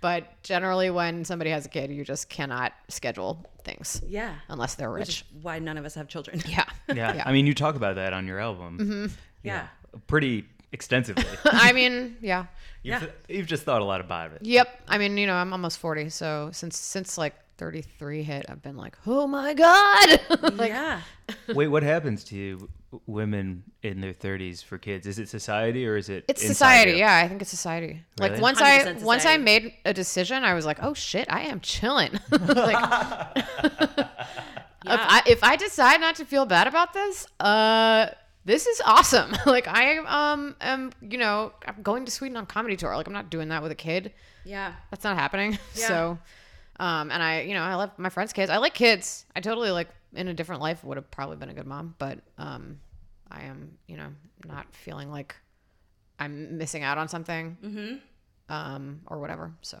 Speaker 4: But generally when somebody has a kid, you just cannot schedule things
Speaker 2: Yeah.
Speaker 4: unless they're
Speaker 2: Which
Speaker 4: rich.
Speaker 2: is why none of us have children.
Speaker 4: yeah. Mm-hmm.
Speaker 1: Yeah. I mean, you talk about that on your album.
Speaker 2: Yeah.
Speaker 1: Pretty [laughs] extensively.
Speaker 4: [laughs] I mean, yeah.
Speaker 1: You've,
Speaker 2: Yeah.
Speaker 1: you've just thought a lot about it.
Speaker 4: Yep. I mean, you know, I'm almost 40, so since since like 33 hit, I've been like, "Oh my god." [laughs] like
Speaker 2: yeah.
Speaker 1: Wait, what happens to women in their 30s for kids? Is it society or is it?
Speaker 4: It's
Speaker 1: inside
Speaker 4: society,
Speaker 1: you?
Speaker 4: yeah. I think it's society. Like
Speaker 1: Really?
Speaker 4: once I
Speaker 2: 100%
Speaker 4: once I
Speaker 2: society.
Speaker 4: made a decision, I was like, oh shit, I am chilling. [laughs] like, if, I, if I decide not to feel bad about this, uh, this is awesome. [laughs] like I um am you know I'm going to Sweden on comedy tour. Like I'm not doing that with a kid.
Speaker 2: Yeah.
Speaker 4: That's not happening. [laughs] So, um, and I you know I love my friends' kids. I like kids. I totally like in a different life would have probably been a good mom, but um, I am you know not feeling like I'm missing out on something. Mm-hmm. Um, or whatever. So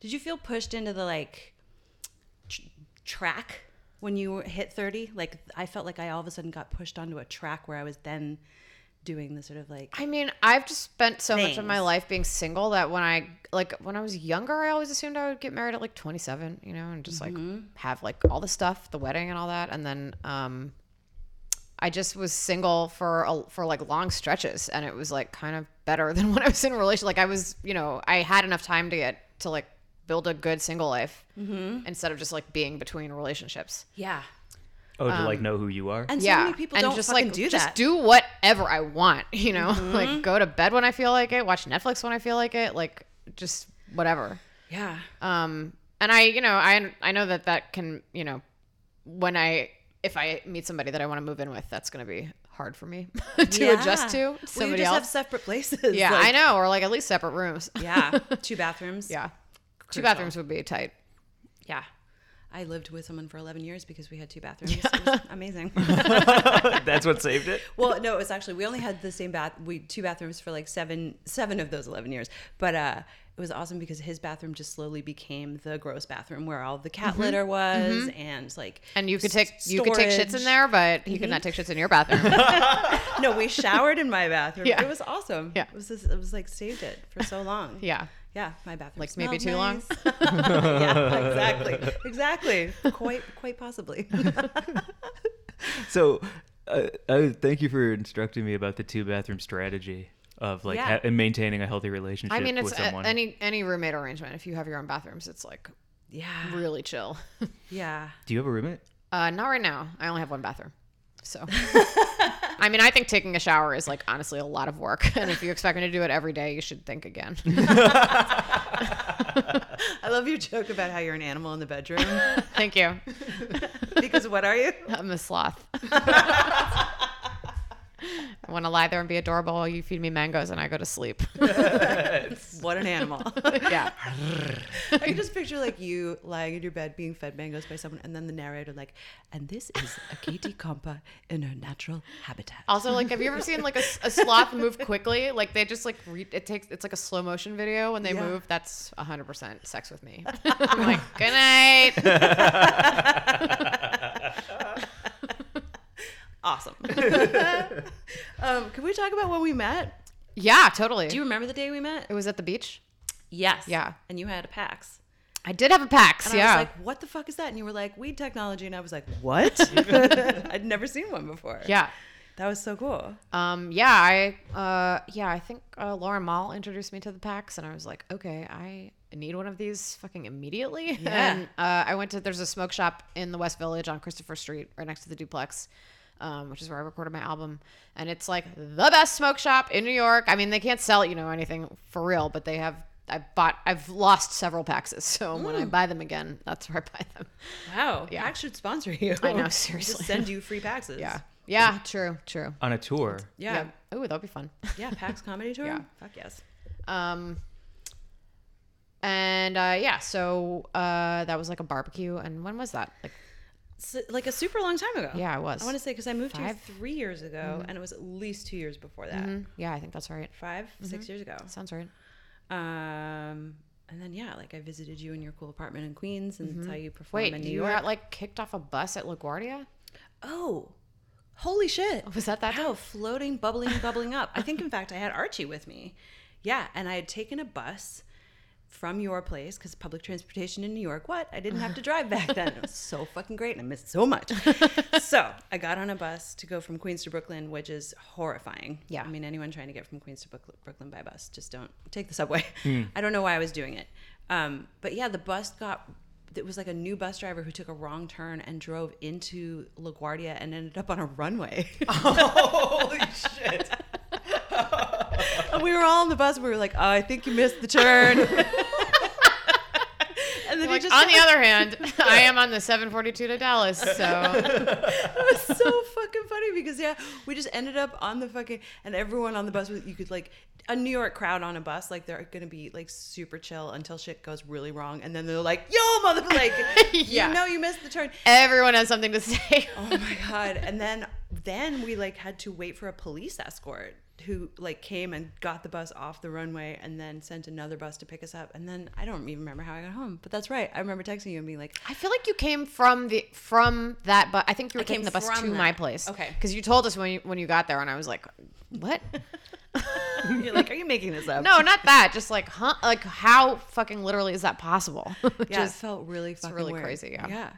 Speaker 2: Did you feel pushed into the like tr- track when you were- hit 30? Like I felt like I all of a sudden got pushed onto a track where I was then doing the sort of like
Speaker 4: I mean, I've just spent so much of my
Speaker 2: Things.
Speaker 4: life being single that when I like when I was younger, I always assumed I would get married at like 27, you know, and just like
Speaker 2: Mm-hmm.
Speaker 4: have like all the stuff, the wedding and all that, and then um I just was single for a, for like long stretches, and it was like kind of better [laughs] than when I was in a relationship. Like I was, you know, I had enough time to get to like build a good single life
Speaker 2: Mm-hmm.
Speaker 4: instead of just like being between relationships.
Speaker 2: yeah.
Speaker 1: Oh, to
Speaker 4: Um,
Speaker 1: like know who you are? [laughs]
Speaker 2: And so many people don't fucking
Speaker 4: like
Speaker 2: do
Speaker 4: just
Speaker 2: that. Mm-hmm.
Speaker 4: do whatever I want, [laughs] you know, like go to bed when I feel like it, watch Netflix when I feel like it, like just whatever.
Speaker 2: yeah.
Speaker 4: Um, and I, you know, I I know that that can, you know, when I if I meet somebody that I want to move in with, that's going to be hard for me [laughs] to
Speaker 2: Yeah.
Speaker 4: adjust to
Speaker 2: Well, you
Speaker 4: somebody
Speaker 2: just have
Speaker 4: else.
Speaker 2: separate places.
Speaker 4: yeah,
Speaker 2: like-
Speaker 4: I know, or like at least separate rooms.
Speaker 2: Yeah. Two bathrooms.
Speaker 4: [laughs] yeah, two
Speaker 2: Crucial.
Speaker 4: bathrooms would be tight.
Speaker 2: Yeah. I lived with someone for 11 years because we had two bathrooms. It was
Speaker 4: [laughs]
Speaker 2: amazing.
Speaker 1: That's what saved it?
Speaker 2: well, no, it was actually we only had the same bath we two bathrooms for like 7 7 of those 11 years. But uh it was awesome because his bathroom just slowly became the gross bathroom where all the cat litter was and like
Speaker 4: Mm-hmm. And you could take you could take shits in there, but he could not
Speaker 2: Mm-hmm.
Speaker 4: take shits in your bathroom. [laughs]
Speaker 2: no, we showered in my bathroom.
Speaker 4: Yeah.
Speaker 2: It was awesome.
Speaker 4: Yeah.
Speaker 2: It was just, it was like saved it for so long.
Speaker 4: yeah.
Speaker 2: Yeah, my bathroom.
Speaker 4: Like, maybe
Speaker 2: smelled
Speaker 4: too long?
Speaker 2: nice. [laughs] yeah, exactly. Exactly. Quite quite possibly. [laughs]
Speaker 1: So, uh, uh, thank you for instructing me about the two bathroom strategy of like
Speaker 2: Yeah.
Speaker 1: ha- and maintaining a healthy relationship
Speaker 4: I mean, it's
Speaker 1: with
Speaker 4: a-
Speaker 1: someone.
Speaker 4: any any roommate arrangement. If you have your own bathrooms, it's like
Speaker 2: yeah.
Speaker 4: really chill. [laughs]
Speaker 2: Yeah.
Speaker 1: Do you have a roommate?
Speaker 4: Uh, not right now. I only have one bathroom,
Speaker 1: [laughs]
Speaker 4: so. I mean, I think taking a shower is like honestly a lot of work, [laughs] and if you expect me to do it every day, you should think again. [laughs]
Speaker 2: I love your joke about how you're an animal in the [laughs] bedroom.
Speaker 4: Thank you.
Speaker 2: because what are you?
Speaker 4: I'm
Speaker 1: [laughs]
Speaker 4: a sloth. [laughs] I want to lie there and be adorable while you feed me mangoes and I go to sleep. [laughs]
Speaker 2: What an [laughs] animal.
Speaker 4: yeah.
Speaker 2: I can just picture like you lying in your bed being fed mangoes by someone and then the narrator like, and this is a Katie Compa in her natural habitat.
Speaker 4: Also, like, have you ever seen like a, s- a sloth move quickly? Like they just like re- it takes it's like a slow motion video when they
Speaker 2: Yeah.
Speaker 4: move. That's hundred percent sex with me. [laughs] I'm like,
Speaker 2: [laughs]
Speaker 4: good night.
Speaker 2: Awesome. [laughs] um, can we talk about when we met?
Speaker 4: Yeah, totally.
Speaker 2: Do you remember the day we met?
Speaker 4: it was at the beach.
Speaker 2: Yes.
Speaker 4: Yeah.
Speaker 2: And you had a PAX.
Speaker 4: I did have a PAX.
Speaker 2: And
Speaker 4: yeah.
Speaker 2: I was like, what the fuck is that? And you were like, weed technology. And I was like,
Speaker 4: [laughs]
Speaker 2: what? I'd never seen one before.
Speaker 4: yeah.
Speaker 2: That was so cool.
Speaker 4: Um, yeah, I, uh, yeah, I think uh, Lauren Mall introduced me to the packs, and I was like, okay, I need one of these fucking immediately. [laughs]
Speaker 2: Yeah.
Speaker 4: And uh, I went to there's a smoke shop in the West Village on Christopher Street, right next to the duplex. Um, which is where I recorded my album, and it's like the best smoke shop in New York. I mean, they can't sell you know anything for real, but they have. I bought. I've lost several Paxes, [laughs] so when I buy them again, that's where I buy them.
Speaker 2: Wow. Yeah. PAX should sponsor you.
Speaker 4: I
Speaker 2: [laughs]
Speaker 4: know,
Speaker 2: Just
Speaker 4: seriously.
Speaker 2: send you free PAXes.
Speaker 4: Yeah, yeah, true, true.
Speaker 1: On a tour.
Speaker 2: Yeah.
Speaker 4: Oh, that'd be fun.
Speaker 2: Yeah, PAX Comedy Tour?
Speaker 4: Yeah.
Speaker 2: Fuck yes.
Speaker 4: Um, and uh, yeah, so uh, that was like a barbecue. And when was that? Like,
Speaker 2: So, like a super long time ago.
Speaker 4: yeah, it was.
Speaker 2: Oh, I want to say because I moved
Speaker 4: Five? Mm-hmm.
Speaker 2: here three years ago, and it was at least two years before that.
Speaker 4: Mhm. Yeah, I think that's right.
Speaker 2: 5
Speaker 4: Mm-hmm.
Speaker 2: six years ago.
Speaker 4: Sounds right.
Speaker 2: Um, and then yeah, like I visited you in your cool apartment in Queens and saw you perform
Speaker 4: Mm-hmm. Wait,
Speaker 2: in New
Speaker 4: you
Speaker 2: York.
Speaker 4: got like kicked off a bus at LaGuardia?
Speaker 2: oh, Holy shit.
Speaker 4: Was that that
Speaker 2: Wow, floating, bubbling, bubbling up. I think, in fact, I had Archie with me. Yeah, and I had taken a bus from your place because public transportation in New York, what? I didn't have
Speaker 4: [sighs]
Speaker 2: to drive back then. It was so fucking great and I missed so
Speaker 4: [laughs]
Speaker 2: much. so I got on a bus to go from Queens to Brooklyn, which is horrifying.
Speaker 4: Yeah.
Speaker 2: I mean, anyone trying to get from Queens to Brook- Brooklyn by bus, just don't take the subway.
Speaker 1: Hmm.
Speaker 2: [laughs] I don't know why I was doing it. Um, but yeah, the bus got. It was like a new bus driver who took a wrong turn and drove into LaGuardia and ended up on a runway.
Speaker 1: [laughs]
Speaker 2: [laughs]
Speaker 1: Holy shit.
Speaker 2: And we were all on the bus. We were like, oh, I think you missed
Speaker 1: [laughs]
Speaker 2: the turn. [laughs] and then
Speaker 4: Like,
Speaker 2: he just
Speaker 4: on
Speaker 2: [laughs]
Speaker 4: the other hand, I am on the 742 to
Speaker 2: [laughs]
Speaker 4: Dallas, so
Speaker 2: it was so fucking funny because yeah, we just ended up on the fucking and everyone on the bus. was- You could like a New York crowd on a bus, like they're gonna be like super chill until shit goes really wrong, and then they're like, yo, motherfucker, like
Speaker 4: [laughs] Yeah.
Speaker 2: you know you missed the turn.
Speaker 4: everyone has something to say.
Speaker 2: Oh my god! And then then we like had to wait for a police escort who like came and got the bus off the runway and then sent another bus to pick us up. And then I don't even remember how I got home, but that's right. I remember texting you and being like,
Speaker 4: [laughs] I feel like you came from the from that, but I think you were
Speaker 2: came
Speaker 4: taking the bus to
Speaker 2: from
Speaker 4: my
Speaker 2: that.
Speaker 4: place.
Speaker 2: Okay.
Speaker 4: because you told us when you, when you got there, and I was like,
Speaker 2: [laughs]
Speaker 4: "What? [laughs]
Speaker 2: "You're like, are you making this up?"
Speaker 4: no, not that. Just like, huh? Like, how fucking literally is that possible? [laughs]
Speaker 2: yeah,
Speaker 4: Just-
Speaker 2: it felt really fucking
Speaker 4: really
Speaker 2: weird.
Speaker 4: crazy, yeah.
Speaker 2: yeah,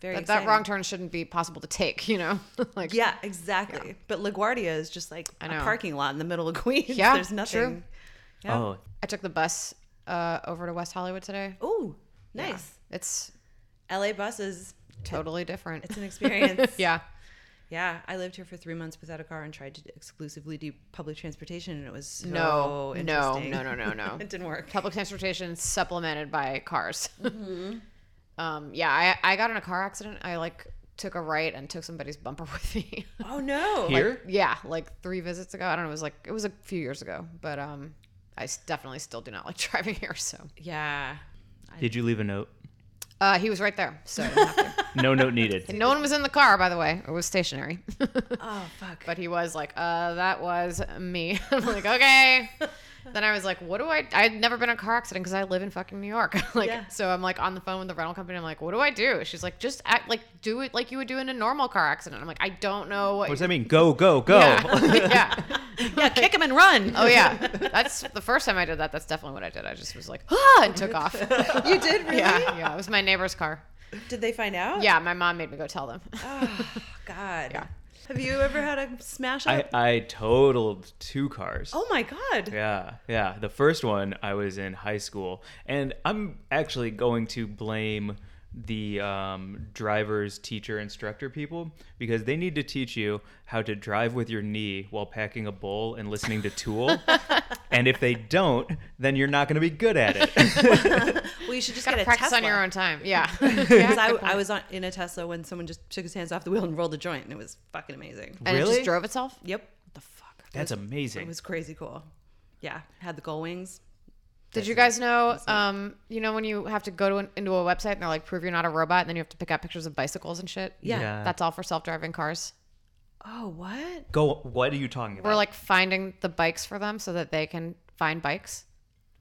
Speaker 2: very
Speaker 4: that, that wrong
Speaker 2: exciting.
Speaker 4: turn shouldn't be possible to take. You know, [laughs] like
Speaker 2: Yeah, exactly. But LaGuardia is just like a
Speaker 4: know.
Speaker 2: parking lot in the middle of [laughs] Queens.
Speaker 4: Yeah,
Speaker 2: there's
Speaker 4: true.
Speaker 2: nothing. Yeah.
Speaker 1: Oh,
Speaker 4: I took the bus uh, over to West Hollywood today.
Speaker 2: Ooh, nice.
Speaker 4: It's
Speaker 2: LA buses.
Speaker 4: totally different.
Speaker 2: It's an experience.
Speaker 4: [laughs] yeah.
Speaker 2: Yeah, I lived here for three months without a car and tried to exclusively do public transportation, and it was so
Speaker 4: No, no,
Speaker 2: interesting.
Speaker 4: no,
Speaker 2: [laughs]
Speaker 4: no, no, no.
Speaker 2: it didn't work.
Speaker 4: Public transportation supplemented by cars. [laughs]
Speaker 2: Mm-hmm.
Speaker 4: um, yeah, I, I got in a car accident. I like took a right and took somebody's bumper [laughs] with me.
Speaker 2: Oh no!
Speaker 1: here?
Speaker 4: yeah, like three visits ago. I don't know. It was like it was a few years ago, but um, I s- definitely still do not like [laughs] driving here. So
Speaker 2: yeah,
Speaker 1: Did you leave a note?
Speaker 4: uh, he was right there. So I didn't have to.
Speaker 1: No note needed.
Speaker 4: And no one was in the car, by the way. It was stationary. [laughs]
Speaker 2: Oh fuck!
Speaker 4: But he was like, uh, that was me. [laughs] I'm like, okay. then I was like, what do I? I'd never been in a car accident because I live in fucking New York. [laughs] like,
Speaker 2: Yeah.
Speaker 4: so I'm like on the phone with the rental company. I'm like, what do I do? She's like, just act like do it like you would do in a normal car accident. I'm like, I don't know what.
Speaker 1: What does that mean? Go, go, go.
Speaker 2: Oh. [laughs]
Speaker 4: Yeah. yeah.
Speaker 2: yeah, kick him and run. [laughs]
Speaker 4: Oh yeah. That's the first time I did that. That's definitely what I did. I just was like,
Speaker 2: [gasps]
Speaker 4: ah, and took off.
Speaker 2: [laughs]
Speaker 4: yeah,
Speaker 2: you did really?
Speaker 4: yeah. It was my neighbor's car.
Speaker 2: Did they find out?
Speaker 4: Yeah, my mom made me go tell them.
Speaker 2: Oh, God.
Speaker 4: Yeah.
Speaker 2: Have you ever had a smash up?
Speaker 1: [laughs] I, I totaled two cars.
Speaker 2: oh my God!
Speaker 1: Yeah, yeah. The first one I was in high school, and I'm actually going to blame the um, drivers, teacher, instructor people because they need to teach you how to drive with your knee while packing a bowl and listening to
Speaker 4: [laughs]
Speaker 1: Tool. and if they don't, then you're not going to be good at
Speaker 4: [laughs]
Speaker 1: it.
Speaker 2: Well, you should just
Speaker 4: Gotta
Speaker 2: get a
Speaker 4: practice
Speaker 2: Tesla.
Speaker 4: on your own time.
Speaker 2: [laughs]
Speaker 4: Yeah.
Speaker 2: Because I, I was on, in a Tesla when someone just took his hands off the wheel and rolled a joint, and it was fucking amazing.
Speaker 4: and it
Speaker 1: Really?
Speaker 4: just drove itself.
Speaker 2: Yep. What the fuck?
Speaker 1: That's
Speaker 2: It
Speaker 1: amazing.
Speaker 2: was crazy cool. Yeah, had the gull wings.
Speaker 4: Did you guys know? Um, you know when you have to go to an, into a website and they're like, "Prove you're not a robot," and then you have to pick out pictures of bicycles and shit.
Speaker 2: Yeah.
Speaker 1: Yeah.
Speaker 4: that's all for self-driving cars.
Speaker 2: Oh what?
Speaker 1: Go. What are you talking about?
Speaker 4: We're like finding the bikes for them so that they can find bikes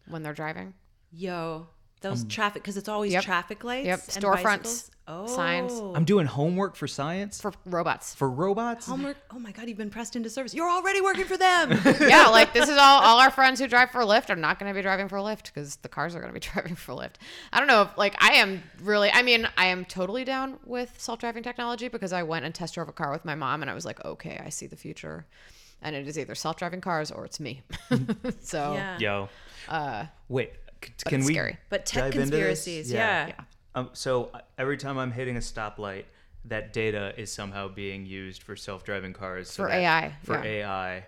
Speaker 4: when they're driving.
Speaker 2: Yo, those traffic because it's always
Speaker 4: Um, yep.
Speaker 2: traffic lights.
Speaker 4: Yep,
Speaker 2: and
Speaker 4: storefronts,
Speaker 2: bicycles.
Speaker 4: signs.
Speaker 2: Oh.
Speaker 1: I'm doing homework for science for,
Speaker 4: For robots.
Speaker 1: robots.
Speaker 2: Homework. Oh my God, you've been pressed into service. You're already working for
Speaker 4: [laughs]
Speaker 2: them.
Speaker 4: yeah, like this is all. All our friends who drive for Lyft are not going to be driving for Lyft because the cars are going to be [laughs] driving for Lyft. I don't know. If, like I am really. I mean, I am totally down with self-driving technology because I went and test drove a car with my mom, and I was like, okay, I see the future, and it is either self-driving cars or it's me. [laughs] so.
Speaker 2: yeah. Uh,
Speaker 1: Yo. Wait. c- Can
Speaker 4: it's
Speaker 1: we?
Speaker 4: scary.
Speaker 2: But tech
Speaker 1: dive into this?
Speaker 2: conspiracies. Yeah.
Speaker 1: Um, so uh, every time I'm hitting a stoplight, that data is somehow being used for self-driving cars so
Speaker 4: For
Speaker 1: that-
Speaker 4: AI,
Speaker 1: For
Speaker 4: yeah.
Speaker 1: AI,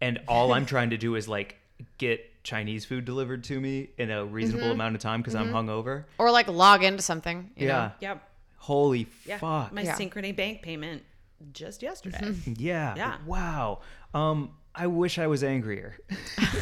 Speaker 1: and all I'm trying to do is like get Chinese food delivered to me in a reasonable
Speaker 2: Mm-hmm.
Speaker 1: amount of time because I'm hungover.
Speaker 4: Or like log into something. you know?
Speaker 1: Yeah.
Speaker 2: Yep.
Speaker 1: Holy
Speaker 2: Yeah.
Speaker 1: fuck.
Speaker 2: My
Speaker 4: Yeah. Mm-hmm.
Speaker 2: synchrony bank payment just yesterday.
Speaker 1: yeah.
Speaker 2: Yeah.
Speaker 1: Wow. Um, I wish I was
Speaker 2: [laughs]
Speaker 1: angrier.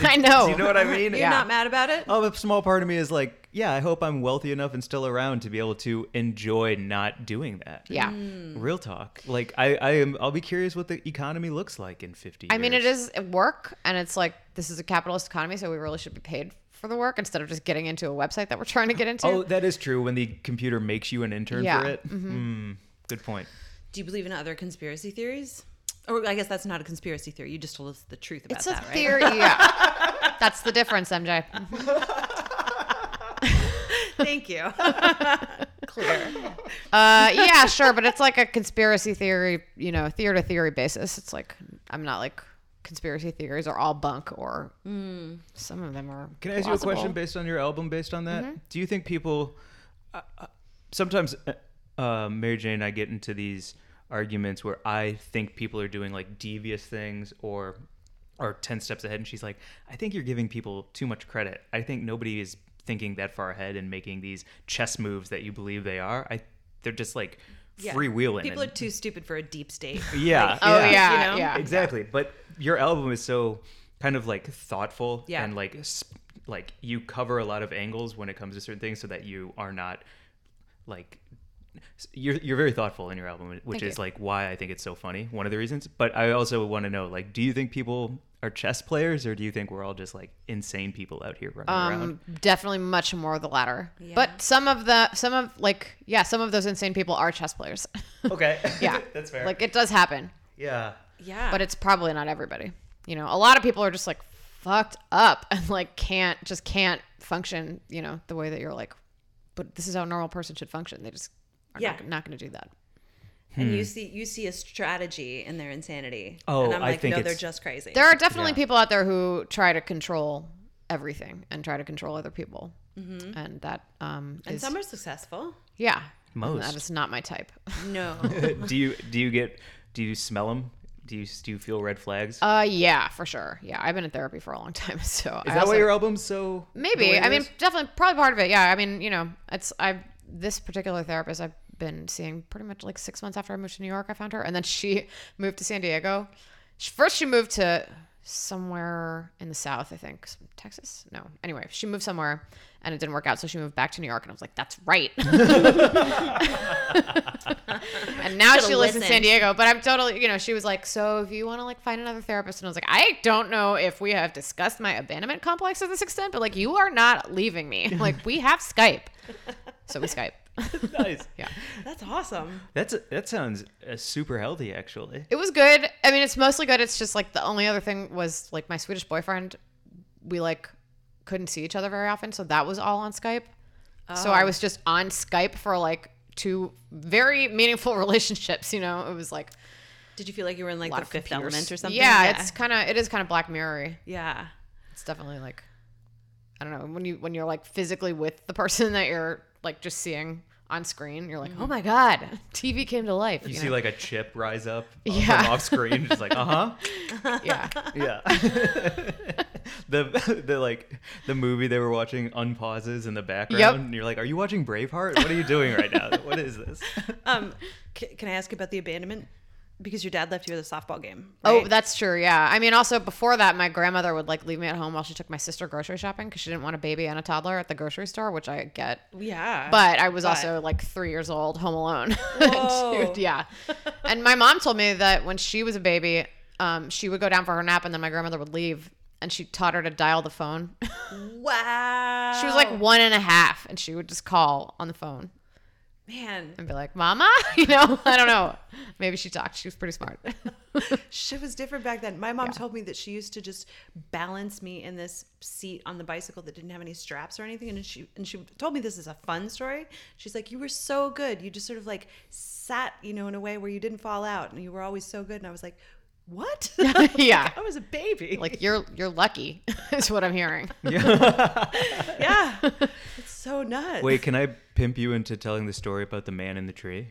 Speaker 4: I know. [laughs]
Speaker 1: you know what I mean?
Speaker 2: You're not mad about it?
Speaker 1: Oh, a small part of me is like, yeah, I hope I'm wealthy enough and still around to be able to enjoy not doing that.
Speaker 4: Yeah.
Speaker 1: Real talk. Like I, I am. I'll be curious what the economy looks like in fifty.
Speaker 4: I mean, it
Speaker 1: years.
Speaker 4: is work, and it's like this is a capitalist economy, so we really should be paid for the work instead of just getting into a website Oh, that we're trying to get into.
Speaker 1: Oh, that is true. When the computer makes you an intern
Speaker 4: Yeah. Mm-hmm.
Speaker 1: for it. Mm, good point.
Speaker 2: Do you believe in other conspiracy theories? Or I guess that's not a conspiracy theory. You just told us the truth about
Speaker 4: It's a
Speaker 2: that, right? [laughs]
Speaker 4: theory. Yeah. That's the difference, MJ.
Speaker 1: [laughs]
Speaker 2: Thank you. Clear.
Speaker 4: Uh, yeah, sure, but it's like a conspiracy theory, you know, theory to theory basis. It's like I'm not like conspiracy theories are all bunk or
Speaker 2: Hmm.
Speaker 4: some of them are.
Speaker 1: Can I ask
Speaker 4: plausible.
Speaker 1: you a question based on your album? Based on
Speaker 2: Mm-hmm.
Speaker 1: that, do you think people uh, uh, sometimes uh, uh, Mary Jane and I get into these arguments where I think people are doing like devious things or are ten steps ahead, and she's like, "I think you're giving people too much credit. I think nobody is thinking that far ahead and making these chess moves that you believe they are. I they're just like
Speaker 2: Yeah.
Speaker 1: freewheeling.
Speaker 2: People are
Speaker 1: and-
Speaker 2: too stupid for a deep state.
Speaker 1: [laughs] yeah.
Speaker 4: Oh yeah,
Speaker 2: You know?
Speaker 4: yeah.
Speaker 1: exactly but your album is so kind of like thoughtful
Speaker 2: Yeah.
Speaker 1: and like sp- like you cover a lot of angles when it comes to certain things so that you are not like s- you're you're very thoughtful in your album which
Speaker 4: Thank
Speaker 1: is
Speaker 4: you.
Speaker 1: like why I think it's so funny one of the reasons but I also want to know like do you think people are chess players or do you think we're all just like insane people out here running around
Speaker 4: Um, definitely much more the latter. But some of the some of like yeah, some of those insane people are chess players.
Speaker 1: okay
Speaker 4: yeah,
Speaker 1: [laughs] that's fair
Speaker 4: [laughs] Like it does happen,
Speaker 1: yeah
Speaker 2: Yeah.
Speaker 4: [laughs] but it's probably not everybody. You know, a lot of people are just like fucked up [laughs] and like can't just can't function. You know, the way that you're like, but this is how a normal person should function. They just are
Speaker 2: Yeah.
Speaker 4: not, not going to do that.
Speaker 2: and you see you see a strategy in their insanity.
Speaker 1: Hmm. Oh,
Speaker 2: and I'm
Speaker 1: I
Speaker 2: like,
Speaker 1: think
Speaker 2: no, they're
Speaker 1: it's-
Speaker 2: just crazy.
Speaker 4: There are definitely
Speaker 1: Yeah.
Speaker 4: people out there who try to control everything and try to control other people, and that um
Speaker 2: Mm-hmm. and
Speaker 4: is-
Speaker 2: some are
Speaker 1: [laughs]
Speaker 2: successful.
Speaker 4: yeah.
Speaker 1: Most.
Speaker 4: that is not my
Speaker 2: [laughs]
Speaker 4: type.
Speaker 2: No.
Speaker 1: do you do you get do you smell them do you do you feel red flags
Speaker 4: Uh, yeah, for sure. Yeah, I've been in therapy for a long time, [laughs] so
Speaker 1: Is that why your album's so the way
Speaker 4: maybe?
Speaker 1: it
Speaker 4: I mean,
Speaker 1: is?
Speaker 4: definitely, probably part of it. Yeah, I mean, you know, it's I have this particular therapist I've been seeing pretty much like six months after I moved to New York. I found her, and then she [laughs] moved to San Diego. She- First, she moved to somewhere in the South, I think, Texas. No, anyway, she moved somewhere, and it didn't work out, so she moved back to New York, and I was like, that's right. [laughs] and now
Speaker 2: Should've
Speaker 4: she lives in San
Speaker 2: listened.
Speaker 4: Diego. But I'm totally, you know, she was like, so if you want to like find another therapist, and I was like, I don't know if we have discussed my abandonment complex to this extent, but like you are not leaving me. Like we have Skype, so we Skype.
Speaker 1: nice.
Speaker 4: Yeah,
Speaker 2: That's awesome.
Speaker 1: [laughs] That's that sounds uh, super healthy, actually.
Speaker 4: it was good. I mean, it's mostly good. It's just like the only other thing was like my Swedish boyfriend. We like couldn't see each other very often, so that was all on Skype. So I was just on Skype for like two very meaningful [laughs] relationships. You know, it was like
Speaker 2: Did you feel like you were in like
Speaker 4: lot
Speaker 2: the
Speaker 4: of
Speaker 2: fifth
Speaker 4: computers.
Speaker 2: element or something?
Speaker 4: Yeah, it's kind of it is kind of black mirror.
Speaker 2: yeah.
Speaker 4: It's definitely like I don't know when you when you're like physically with the person [laughs] that you're like just seeing on screen, you're like, oh my god, [laughs] TV came to life.
Speaker 1: You
Speaker 4: you
Speaker 1: see
Speaker 4: know?
Speaker 1: like a chip rise up uh,
Speaker 4: Yeah.
Speaker 1: from off screen, just like uh huh, [laughs]
Speaker 4: yeah,
Speaker 1: yeah. the the like the movie they were watching unpauses in the background, and you're like, are you watching Braveheart? What are you doing right now? What is this?
Speaker 2: Um, c- can I ask about the abandonment? Because your dad left you at a softball game.
Speaker 4: Oh,
Speaker 2: right?
Speaker 4: that's true. Yeah. I mean, also before that, my grandmother would like leave me at home while she took my sister grocery shopping because she didn't want a baby and a toddler at the grocery store, which I get.
Speaker 2: yeah.
Speaker 4: But I was also like three years old, home alone. [laughs] And [laughs] she
Speaker 2: Whoa.
Speaker 4: would- yeah. And my mom told me that when she was a baby, um, she would go down for her nap and then my grandmother would leave and she taught her to dial the phone. [laughs]
Speaker 2: wow.
Speaker 4: she was like one and a half and she would just call on the phone
Speaker 2: man,
Speaker 4: and be like, Mama, [laughs] you know, I don't know. Maybe she talked. She was pretty smart. [laughs]
Speaker 2: shit was different back then. My mom told me that she used to just balance me in this seat on the bicycle that didn't have any straps or anything, and she and she told me this is a fun story. She's like, you were so good. You just sort of like sat, you know, in a way where you didn't fall out, and you were always so good. And I was like, what?
Speaker 4: [laughs] yeah.
Speaker 2: [laughs] I was a baby.
Speaker 4: [laughs] Like you're you're lucky [laughs] is what I'm hearing. [laughs]
Speaker 2: yeah, it's so nuts.
Speaker 1: Wait, can I pimp you into telling the story about the man in the tree?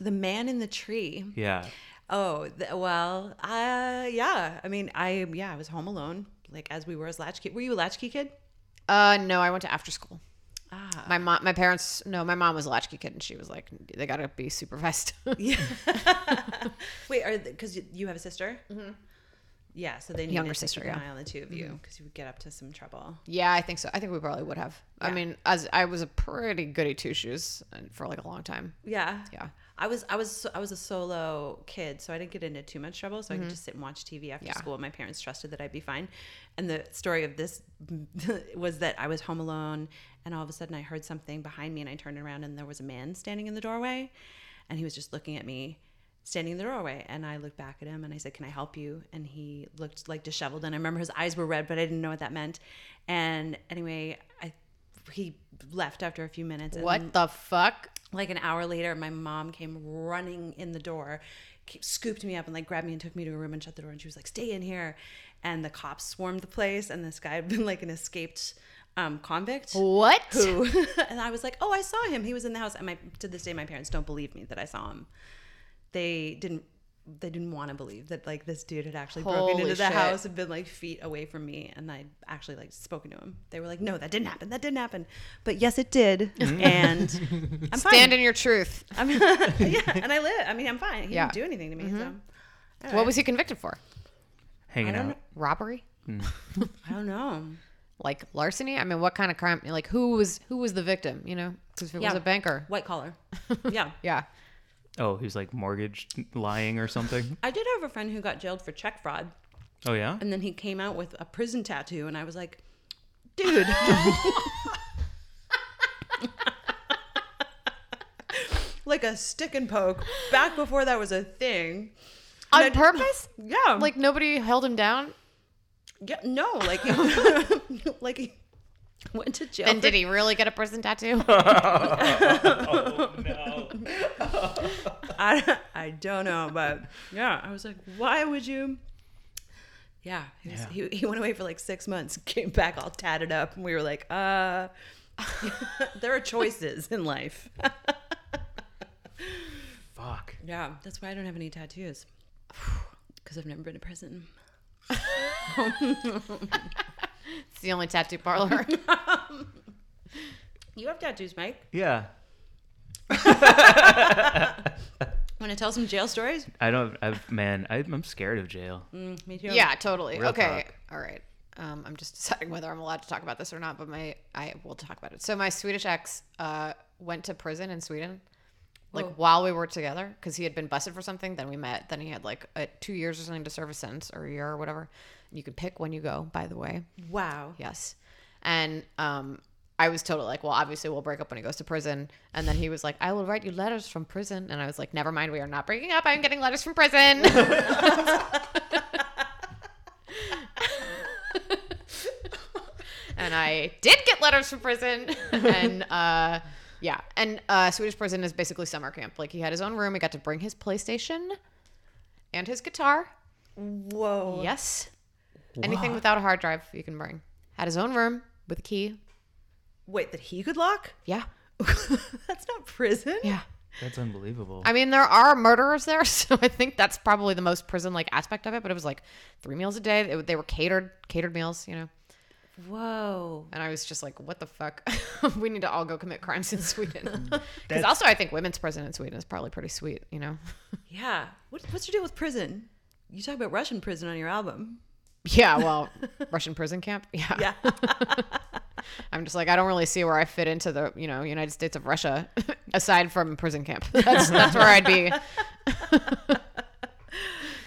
Speaker 2: The man in the tree.
Speaker 1: Yeah,
Speaker 2: Oh, th- well, uh, yeah. I mean, I, yeah, I was home alone, like as we were as latchkey. Were you a latchkey kid?
Speaker 4: Uh no, I went to after school. My mom, my parents. No, my mom was a latchkey kid, and she was like, "They gotta be [laughs] supervised."
Speaker 2: [laughs] Yeah. Wait, are because you have a sister? Mm-hmm. Yeah, so they needed
Speaker 4: Younger
Speaker 2: to
Speaker 4: sister,
Speaker 2: keep an
Speaker 4: yeah. Mm-hmm.
Speaker 2: eye on the two of you because you would get up to some trouble.
Speaker 4: yeah, I think so. I think we probably would have. I mean, as I was a pretty goody two shoes uh, for like a long time.
Speaker 2: Yeah.
Speaker 4: Yeah.
Speaker 2: I was I was I was a solo kid, so I didn't get into too much trouble. So I could just sit and watch TV after
Speaker 4: Mm-hmm. Yeah.
Speaker 2: school. My parents trusted that I'd be fine. And the story of this [laughs] was that I was home alone, and all of a sudden I heard something behind me, and I turned around, and there was a man standing in the doorway. and he was just looking at me standing in the doorway and i looked back at him and i said can i help you and he looked like disheveled and i remember his eyes were red but i didn't know what that meant and anyway i he left after a few minutes and
Speaker 4: What the fuck?
Speaker 2: like an hour later my mom came running in the door ca- scooped me up and like grabbed me and took me to a room and shut the door and she was like stay in here and the cops swarmed the place and this guy had been like an escaped um, convict
Speaker 4: What?
Speaker 2: who [laughs] and i was like oh i saw him he was in the house and my to this day my parents don't believe me that i saw him they didn't they didn't want to believe that like this dude had actually broken
Speaker 4: Holy
Speaker 2: into the
Speaker 4: shit.
Speaker 2: house and been like feet away from me and i actually like spoken to him they were like no that didn't happen that didn't happen but yes it did
Speaker 4: Mm. [laughs]
Speaker 2: and i'm fine
Speaker 4: Stand in your truth.
Speaker 2: I'm, [laughs]
Speaker 4: [laughs]
Speaker 2: yeah, and I live. I mean, I'm fine. He
Speaker 4: Yeah.
Speaker 2: didn't
Speaker 4: Mm-hmm.
Speaker 2: do anything to me. So
Speaker 4: What was he convicted for?
Speaker 1: Hanging
Speaker 2: don't
Speaker 1: out.
Speaker 2: know.
Speaker 4: Robbery?
Speaker 2: I don't know.
Speaker 4: Like larceny? I mean, what kind of crime? Like who was who was the victim? You know, because if it was a banker,
Speaker 2: white [laughs] collar. yeah,
Speaker 4: yeah.
Speaker 1: Oh, he was like mortgage lying or something.
Speaker 2: I did have a friend who got jailed for check fraud,
Speaker 1: Oh yeah.
Speaker 2: and then he came out with a prison tattoo, and I was like, [laughs] dude. Like a stick and poke back before that was a thing.
Speaker 4: On
Speaker 2: I-
Speaker 4: purpose?
Speaker 2: Yeah.
Speaker 4: Like nobody held him down.
Speaker 2: yeah, no,
Speaker 4: [laughs]
Speaker 2: like, [laughs] he, like he went to jail.
Speaker 4: And
Speaker 2: for
Speaker 4: did he really get a prison [laughs] tattoo?
Speaker 2: I, [laughs] I don't know, but yeah, I was like, why would you? Yeah, he, was, He, he went away for like six months, [laughs] came back all tatted up, and we were like, uh, [laughs] there are choices in life. [laughs]
Speaker 1: Fuck.
Speaker 2: Yeah, that's why I don't have any tattoos [sighs] because I've never been to prison.
Speaker 4: it's the only tattoo parlor.
Speaker 2: You have tattoos, Mike.
Speaker 1: Yeah.
Speaker 2: Want to tell some jail stories?
Speaker 1: I don't. I've, man, I, I'm scared of jail.
Speaker 2: Mm, Me too.
Speaker 4: yeah, totally.
Speaker 1: Real
Speaker 4: okay.
Speaker 1: talk.
Speaker 4: All right. Um, I'm just [laughs] deciding whether I'm allowed to talk about this or not, but my I will talk about it. So my Swedish ex uh, went to prison in Sweden, like while we were together, because he had been busted for something. Then we met. Then he had like uh two years or something to serve a sentence, or a year or whatever. You can pick when you go. By the way,
Speaker 2: Wow.
Speaker 4: Yes. And um, I was totally like, well, obviously we'll break up when he goes to prison. And then he was like, I will write you letters from prison. And I was like, never mind, we are not breaking up. I'm getting letters from prison. and I did get letters from prison. and uh, yeah, and uh, Swedish prison is basically summer camp. Like he had his own room. He got to bring his PlayStation and his guitar.
Speaker 2: Whoa.
Speaker 4: Yes. Anything without a hard drive you can bring. Had his own room with a key.
Speaker 2: Wait, that he could lock? [laughs]
Speaker 4: Yeah.
Speaker 2: that's not prison.
Speaker 4: Yeah.
Speaker 1: That's unbelievable.
Speaker 4: I mean, there are murderers there, [laughs] so I think that's probably the most prison-like aspect of it. But it was like three meals a day. It- they were catered, catered meals, you know.
Speaker 2: Whoa.
Speaker 4: And I was just like, "What the fuck? [laughs] we need to all go commit crimes in [laughs] Sweden." Because also, I think women's prison in Sweden is probably pretty sweet, you know. [laughs]
Speaker 2: Yeah. What, what's your deal with prison? You talk about Russian prison on your album.
Speaker 4: yeah. Well, [laughs] Russian prison camp. Yeah.
Speaker 2: Yeah. [laughs]
Speaker 4: I'm just like, I don't really see where I fit into the, you know, United States of Russia, [laughs] aside from prison camp. [laughs] That's that's where I'd [laughs] be.
Speaker 2: Did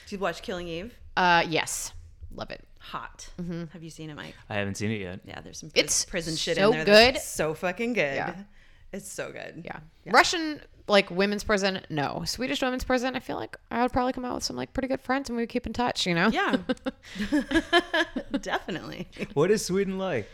Speaker 2: you watch Killing Eve?
Speaker 4: Uh, yes, love it.
Speaker 2: Hot. Have you seen it, Mike?
Speaker 1: I haven't seen it yet.
Speaker 2: Yeah, there's some pris-
Speaker 4: Mm-hmm. It's
Speaker 2: prison shit
Speaker 4: so
Speaker 2: in there. that's
Speaker 4: good.
Speaker 2: So fucking good.
Speaker 4: Yeah.
Speaker 2: It's so good.
Speaker 4: Yeah. Russian like women's prison, no. Swedish women's prison, I feel like I would probably come out with some like pretty good friends and we would keep in touch, you know?
Speaker 2: Yeah. [laughs]
Speaker 4: [laughs]
Speaker 2: Definitely.
Speaker 1: What is Sweden like?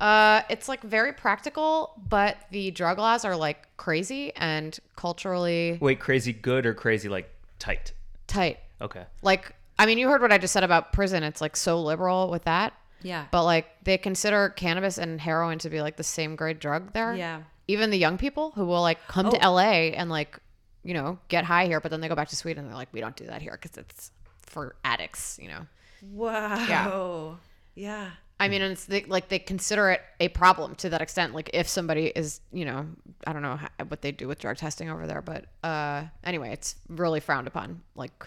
Speaker 4: Uh, it's like very practical, but the drug laws are like crazy and culturally
Speaker 1: Wait, crazy good or crazy like tight?
Speaker 4: tight.
Speaker 1: Okay.
Speaker 4: Like, I mean, you heard what I just said about prison. It's like so liberal with that.
Speaker 2: Yeah.
Speaker 4: But like they consider cannabis and heroin to be like the same grade drug there.
Speaker 2: Yeah.
Speaker 4: Even the young people who will like come to LA and like, you know, get high here, but then they go back to Sweden and they're like, we don't do that here because it's for addicts, you know.
Speaker 2: Wow. Yeah. Yeah.
Speaker 4: I mean, and it's they, like they consider it a problem to that extent. Like if somebody is, you know, I don't know how, what they do with drug testing over there, but uh, anyway, it's really frowned upon. Like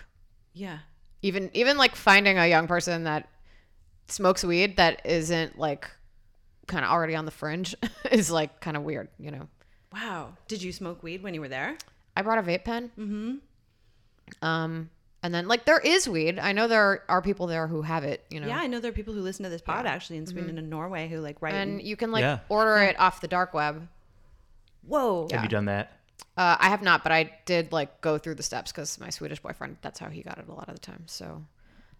Speaker 4: even even like finding a young person that smokes weed that isn't like kind of already on the fringe [laughs] is like kind of weird you know
Speaker 2: Wow. Did you smoke weed when you were there?
Speaker 4: i brought a vape pen mm-hmm um and then like there is weed i know there are people there who have it you know
Speaker 2: Yeah, I know there are people who listen to this pod actually in
Speaker 4: Mm-hmm.
Speaker 2: Sweden and Norway who like write. And,
Speaker 4: and you can like
Speaker 1: Yeah.
Speaker 4: order it off the dark web
Speaker 2: whoa.
Speaker 1: Have you done that?
Speaker 4: Uh, I have not, but I did like go through the steps because my Swedish boyfriend, that's how he got it a lot of the time. So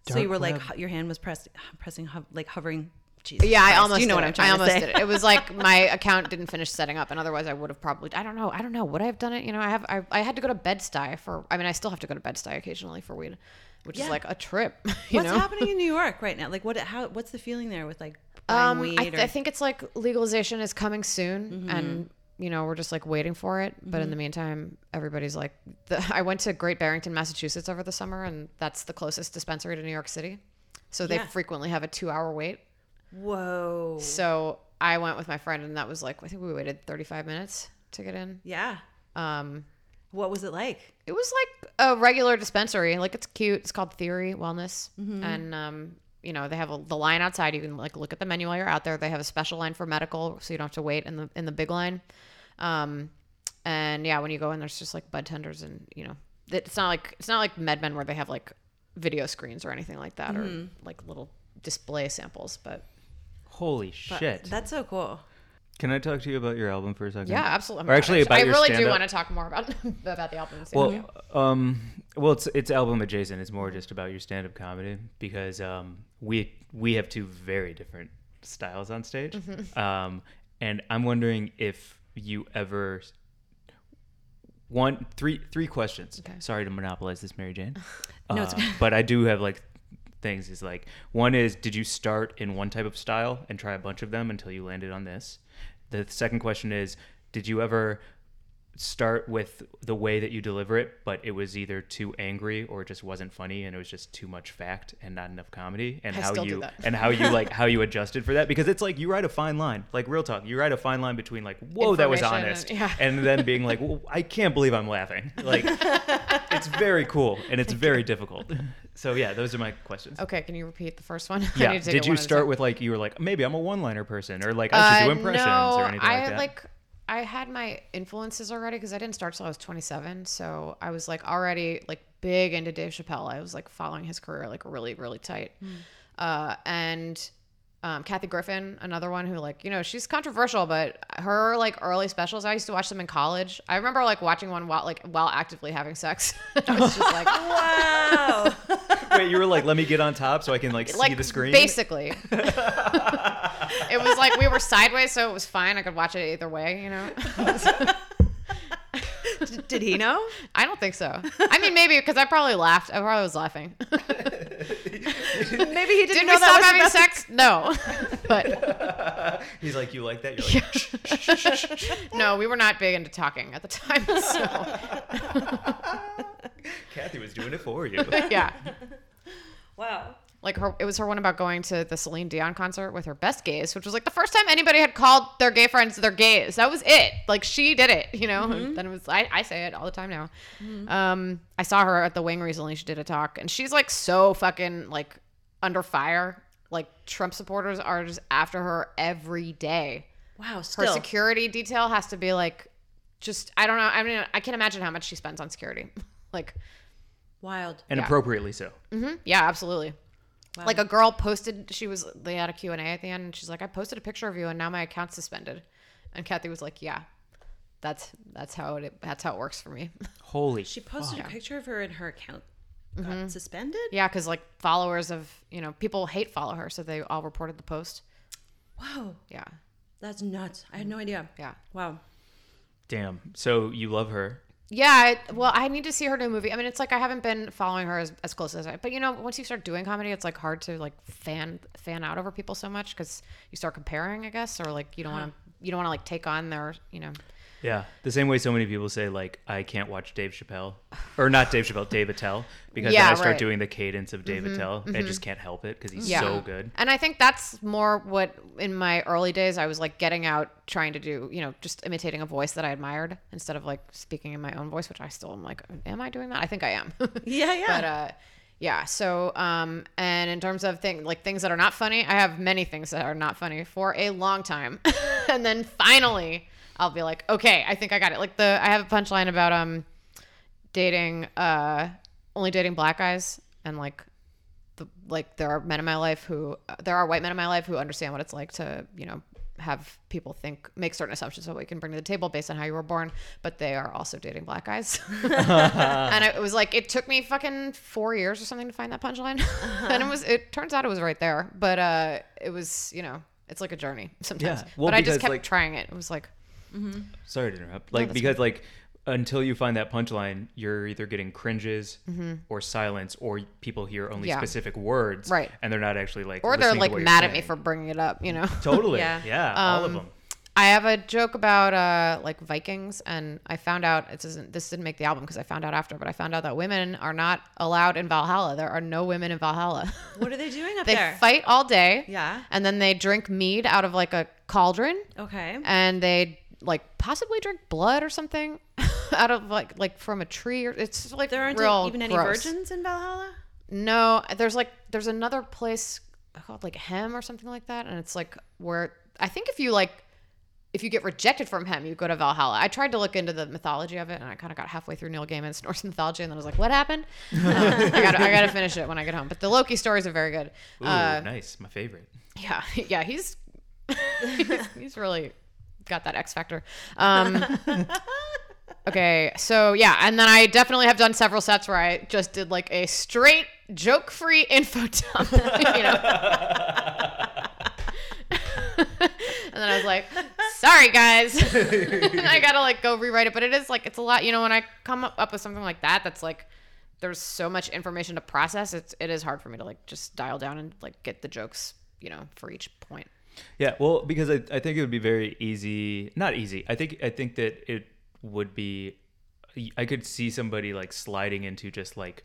Speaker 2: so
Speaker 1: Dark
Speaker 2: you were like
Speaker 1: web.
Speaker 2: like your hand was pressed, pressing, hov- like hovering. Jesus
Speaker 4: yeah, I
Speaker 2: Christ,
Speaker 4: almost
Speaker 2: You know
Speaker 4: did
Speaker 2: what
Speaker 4: it.
Speaker 2: I'm trying
Speaker 4: I
Speaker 2: to
Speaker 4: almost
Speaker 2: say.
Speaker 4: did it. It was like [laughs] my account didn't finish setting up, and otherwise I would have probably. I don't know. I don't know. Would I have done it? You know, I have. I, I had to go to Bed Stuy for. I mean, I still have to go to Bed Stuy occasionally for weed, which
Speaker 2: Yeah.
Speaker 4: is like a trip. [laughs] You
Speaker 2: What's
Speaker 4: know?
Speaker 2: happening in New York right now? Like what? How? What's the feeling there with like buying
Speaker 4: [laughs] Um,
Speaker 2: weed?
Speaker 4: I, th-
Speaker 2: or, Mm-hmm.
Speaker 4: I think it's like legalization is coming soon, and you know we're just like waiting for it. But in the meantime, everybody's like, the, [laughs] I went to Great Barrington, Massachusetts over the summer, and that's the closest dispensary to New York City, so they
Speaker 2: Yeah.
Speaker 4: frequently have a two-hour wait.
Speaker 2: whoa.
Speaker 4: So I went with my friend, and that was like I think we waited 35 minutes to get in.
Speaker 2: Yeah.
Speaker 4: Um,
Speaker 2: What was it like?
Speaker 4: it was like a regular dispensary. Like it's cute. It's called Theory Wellness, and um, you know they have a, the line outside. You can like look at the menu while you're out there. They have a special line for medical, so you don't have to wait in the in the big line. Um, and yeah, when you go in, there's just like bud tenders, and you know it's not like it's not like MedMen where they have like video screens or anything like that, or like little display samples. But
Speaker 1: Holy
Speaker 2: But
Speaker 1: shit!
Speaker 2: That's so
Speaker 4: [laughs]
Speaker 2: cool.
Speaker 1: Can I talk to you about your album for a second?
Speaker 4: yeah, absolutely.
Speaker 1: Or actually, about
Speaker 4: I
Speaker 1: your
Speaker 4: really do
Speaker 1: stand-up.
Speaker 4: want to talk more about [laughs] about the album. soon.
Speaker 1: Well, um, well, it's it's album adjacent. It's more just about your stand up comedy because um, we we have two very different styles on stage,
Speaker 2: Mm-hmm.
Speaker 1: um, and I'm wondering if you ever one three three questions.
Speaker 4: Okay.
Speaker 1: Sorry to monopolize this, Mary Jane.
Speaker 2: [laughs] No, it's
Speaker 1: Uh, but I do have like things. Is like one is did you start in one type of style and try a bunch of them until you landed on this? The second question is did you ever start with the way that you deliver it, but it was either too angry or it just wasn't funny and it was just too much fact and not enough comedy and
Speaker 4: I
Speaker 1: how
Speaker 4: still do
Speaker 1: you
Speaker 4: that.
Speaker 1: and how you
Speaker 4: [laughs]
Speaker 1: like how you adjusted for that because it's like you write a fine line like real talk you write a fine line between like whoa that was
Speaker 4: Information
Speaker 1: honest
Speaker 4: and- yeah.
Speaker 1: and then being like well, I can't believe I'm laughing like it's very cool and it's very difficult so yeah those are my questions
Speaker 4: okay, can you repeat the first one? [laughs] I
Speaker 1: yeah
Speaker 4: need to take
Speaker 1: did
Speaker 4: it
Speaker 1: you
Speaker 4: one at a
Speaker 1: start
Speaker 4: time.
Speaker 1: with like you were like maybe I'm a one liner person or like I should do
Speaker 4: Uh,
Speaker 1: Oh, impressions
Speaker 4: no,
Speaker 1: or anything
Speaker 4: I
Speaker 1: like that
Speaker 4: I had my influences already because I didn't start till I was 27, so I was like already like big into Dave Chappelle. I was like following his career like really really tight. Uh, and um, Kathy Griffin, another one who like you know she's controversial, but her like early specials, I used to watch them in college. I remember like watching one while like while actively having sex. [laughs] I was just like. [laughs]
Speaker 2: Wow.
Speaker 1: wait you were like let me get on top so I can like, see
Speaker 4: like
Speaker 1: the screen [laughs]
Speaker 4: basically it was like we were sideways so it was fine i could watch it either way you know
Speaker 2: Did he know?
Speaker 4: I don't think so. I mean, maybe because I probably laughed. I probably was laughing.
Speaker 2: [laughs] Maybe [laughs] he didn't
Speaker 4: Didn't
Speaker 2: know
Speaker 4: we
Speaker 2: that
Speaker 4: stop
Speaker 2: was
Speaker 4: having
Speaker 2: about
Speaker 4: sex? No, but
Speaker 1: He's like, you like that?
Speaker 4: [laughs]
Speaker 1: You're like,
Speaker 2: [laughs]
Speaker 4: no, we were not big into talking at the time. [laughs] So
Speaker 1: Kathy was doing it for you.
Speaker 4: [laughs] yeah,
Speaker 2: Wow.
Speaker 4: like her, it was her one about going to the Celine Dion concert with her best gays, which was like the first time anybody had called their gay friends their gays. That was it. Like she did it, you know.
Speaker 2: Mm-hmm.
Speaker 4: Then it was I, I say it all the time now. Um, I saw her at the Wing recently. She did a talk, and she's like so fucking like under fire. Like Trump supporters are just after her every day.
Speaker 2: Wow.
Speaker 4: her
Speaker 2: Still.
Speaker 4: security detail has to be like just I don't know. I mean, I can't imagine how much she spends on security. [laughs] like,
Speaker 2: Wild.
Speaker 1: And appropriately so.
Speaker 4: mhm, yeah, absolutely. Like a girl posted she was they had a Q&A at the end and she's like, "I posted a picture of you and now my account's suspended." And Kathy was like, "Yeah. That's that's how it that's how it works for me." [laughs]
Speaker 1: Holy.
Speaker 2: She posted a picture of her in her account. Got
Speaker 4: Mm-hmm.
Speaker 2: suspended?
Speaker 4: yeah, cuz like followers of, you know, people hate follow her, so they all reported the post.
Speaker 2: Wow.
Speaker 4: Yeah.
Speaker 2: That's nuts. I had no idea.
Speaker 4: Yeah.
Speaker 2: Wow. [laughs]
Speaker 1: Damn. So you love her.
Speaker 4: Yeah, I- well, I need to see her do a movie. I mean, it's like I haven't been following her as, as close as I. But you know, once you start doing comedy, it's like hard to like fan fan out over people so much because you start comparing, I guess, or like you don't want to you don't want to like take on their you know.
Speaker 1: Yeah. The same way so many people say, like, I can't watch Dave Chappelle. Or not Dave Chappelle, Dave Attell. Because
Speaker 4: Yeah,
Speaker 1: then I start
Speaker 4: right. Mm-hmm,
Speaker 1: doing the cadence of Dave Attell. I just can't help it because he's
Speaker 4: Yeah.
Speaker 1: so good.
Speaker 4: And I think that's more what in my early days I was like getting out, trying to do you know just imitating a voice that I admired instead of like speaking in my own voice, which I still am like, am I doing that? I think I am. [laughs]
Speaker 2: Yeah, yeah.
Speaker 4: But uh, yeah, so um, and in terms of thing like things that are not funny, I have many things that are not funny for a long time, [laughs] and then finally I'll be like, okay, I think I got it. Like the I have a punchline about um dating uh only dating black guys and like the like there are men in my life who there are white men in my life who understand what it's like to you know have people think make certain assumptions about what you can bring to the table based on how you were born, but they are also dating black guys. [laughs] and it was like it took me fucking four years or something to find that punchline, [laughs] and it was it turns out it was right there, but uh, it was you know it's like a journey sometimes.
Speaker 1: Yeah. Well,
Speaker 4: but I just
Speaker 1: because,
Speaker 4: kept
Speaker 1: like-
Speaker 4: trying it. It was like
Speaker 1: Sorry to interrupt. Like because like until you find that punchline, you're either getting cringes or silence, or people hear only
Speaker 4: Mm-hmm. Yeah.
Speaker 1: specific words,
Speaker 4: Right.
Speaker 1: And they're not actually like,
Speaker 4: or they're
Speaker 1: listening to
Speaker 4: like
Speaker 1: what you're
Speaker 4: mad at me
Speaker 1: saying.
Speaker 4: for Um, bringing it up,
Speaker 1: [laughs]
Speaker 4: you know.
Speaker 1: totally, yeah,
Speaker 2: Yeah.
Speaker 1: all of them.
Speaker 4: I have a joke about uh, like Vikings, and I found out it doesn't. This didn't make the album because I found out after, but I found out that women are not allowed in Valhalla. There are no women in Valhalla. [laughs]
Speaker 2: What are they doing up
Speaker 4: they
Speaker 2: there?
Speaker 4: fight all day,
Speaker 2: Yeah.
Speaker 4: and then they drink mead out of like a cauldron,
Speaker 2: Okay.
Speaker 4: and they like possibly drink blood or something [laughs] out of like like from a tree. Or it's like
Speaker 2: There aren't
Speaker 4: real
Speaker 2: even any
Speaker 4: gross.
Speaker 2: virgins in Valhalla?
Speaker 4: No, there's like there's another place called like Hem or something like that, and it's like where I think if you like if you get rejected from Hem, you go to Valhalla. I tried to look into the mythology of it, and I kind of got halfway through Neil Gaiman's [laughs] Norse mythology, and then I was like, "What happened?" [laughs] Um, I got I got to finish it when I get home. But the Loki stories are very good.
Speaker 1: Ooh,
Speaker 4: Uh,
Speaker 1: nice, my favorite.
Speaker 4: yeah, [laughs] yeah, he's he's, he's really got that X factor. Um, okay, so yeah, and then I definitely have done several sets where I just did like a straight joke-free info dump, [laughs] you know. and then I was like, "Sorry, guys," and [laughs] I gotta like go rewrite it. But it is like it's a lot, you know. When I come up, up with something like that, that's like there's so much information to process. It's it is hard for me to like just dial down and like get the jokes, you know, for each point.
Speaker 1: Yeah, well, because I, I think it would be very easy, not easy. I think I think that it would be I could see somebody like sliding into just like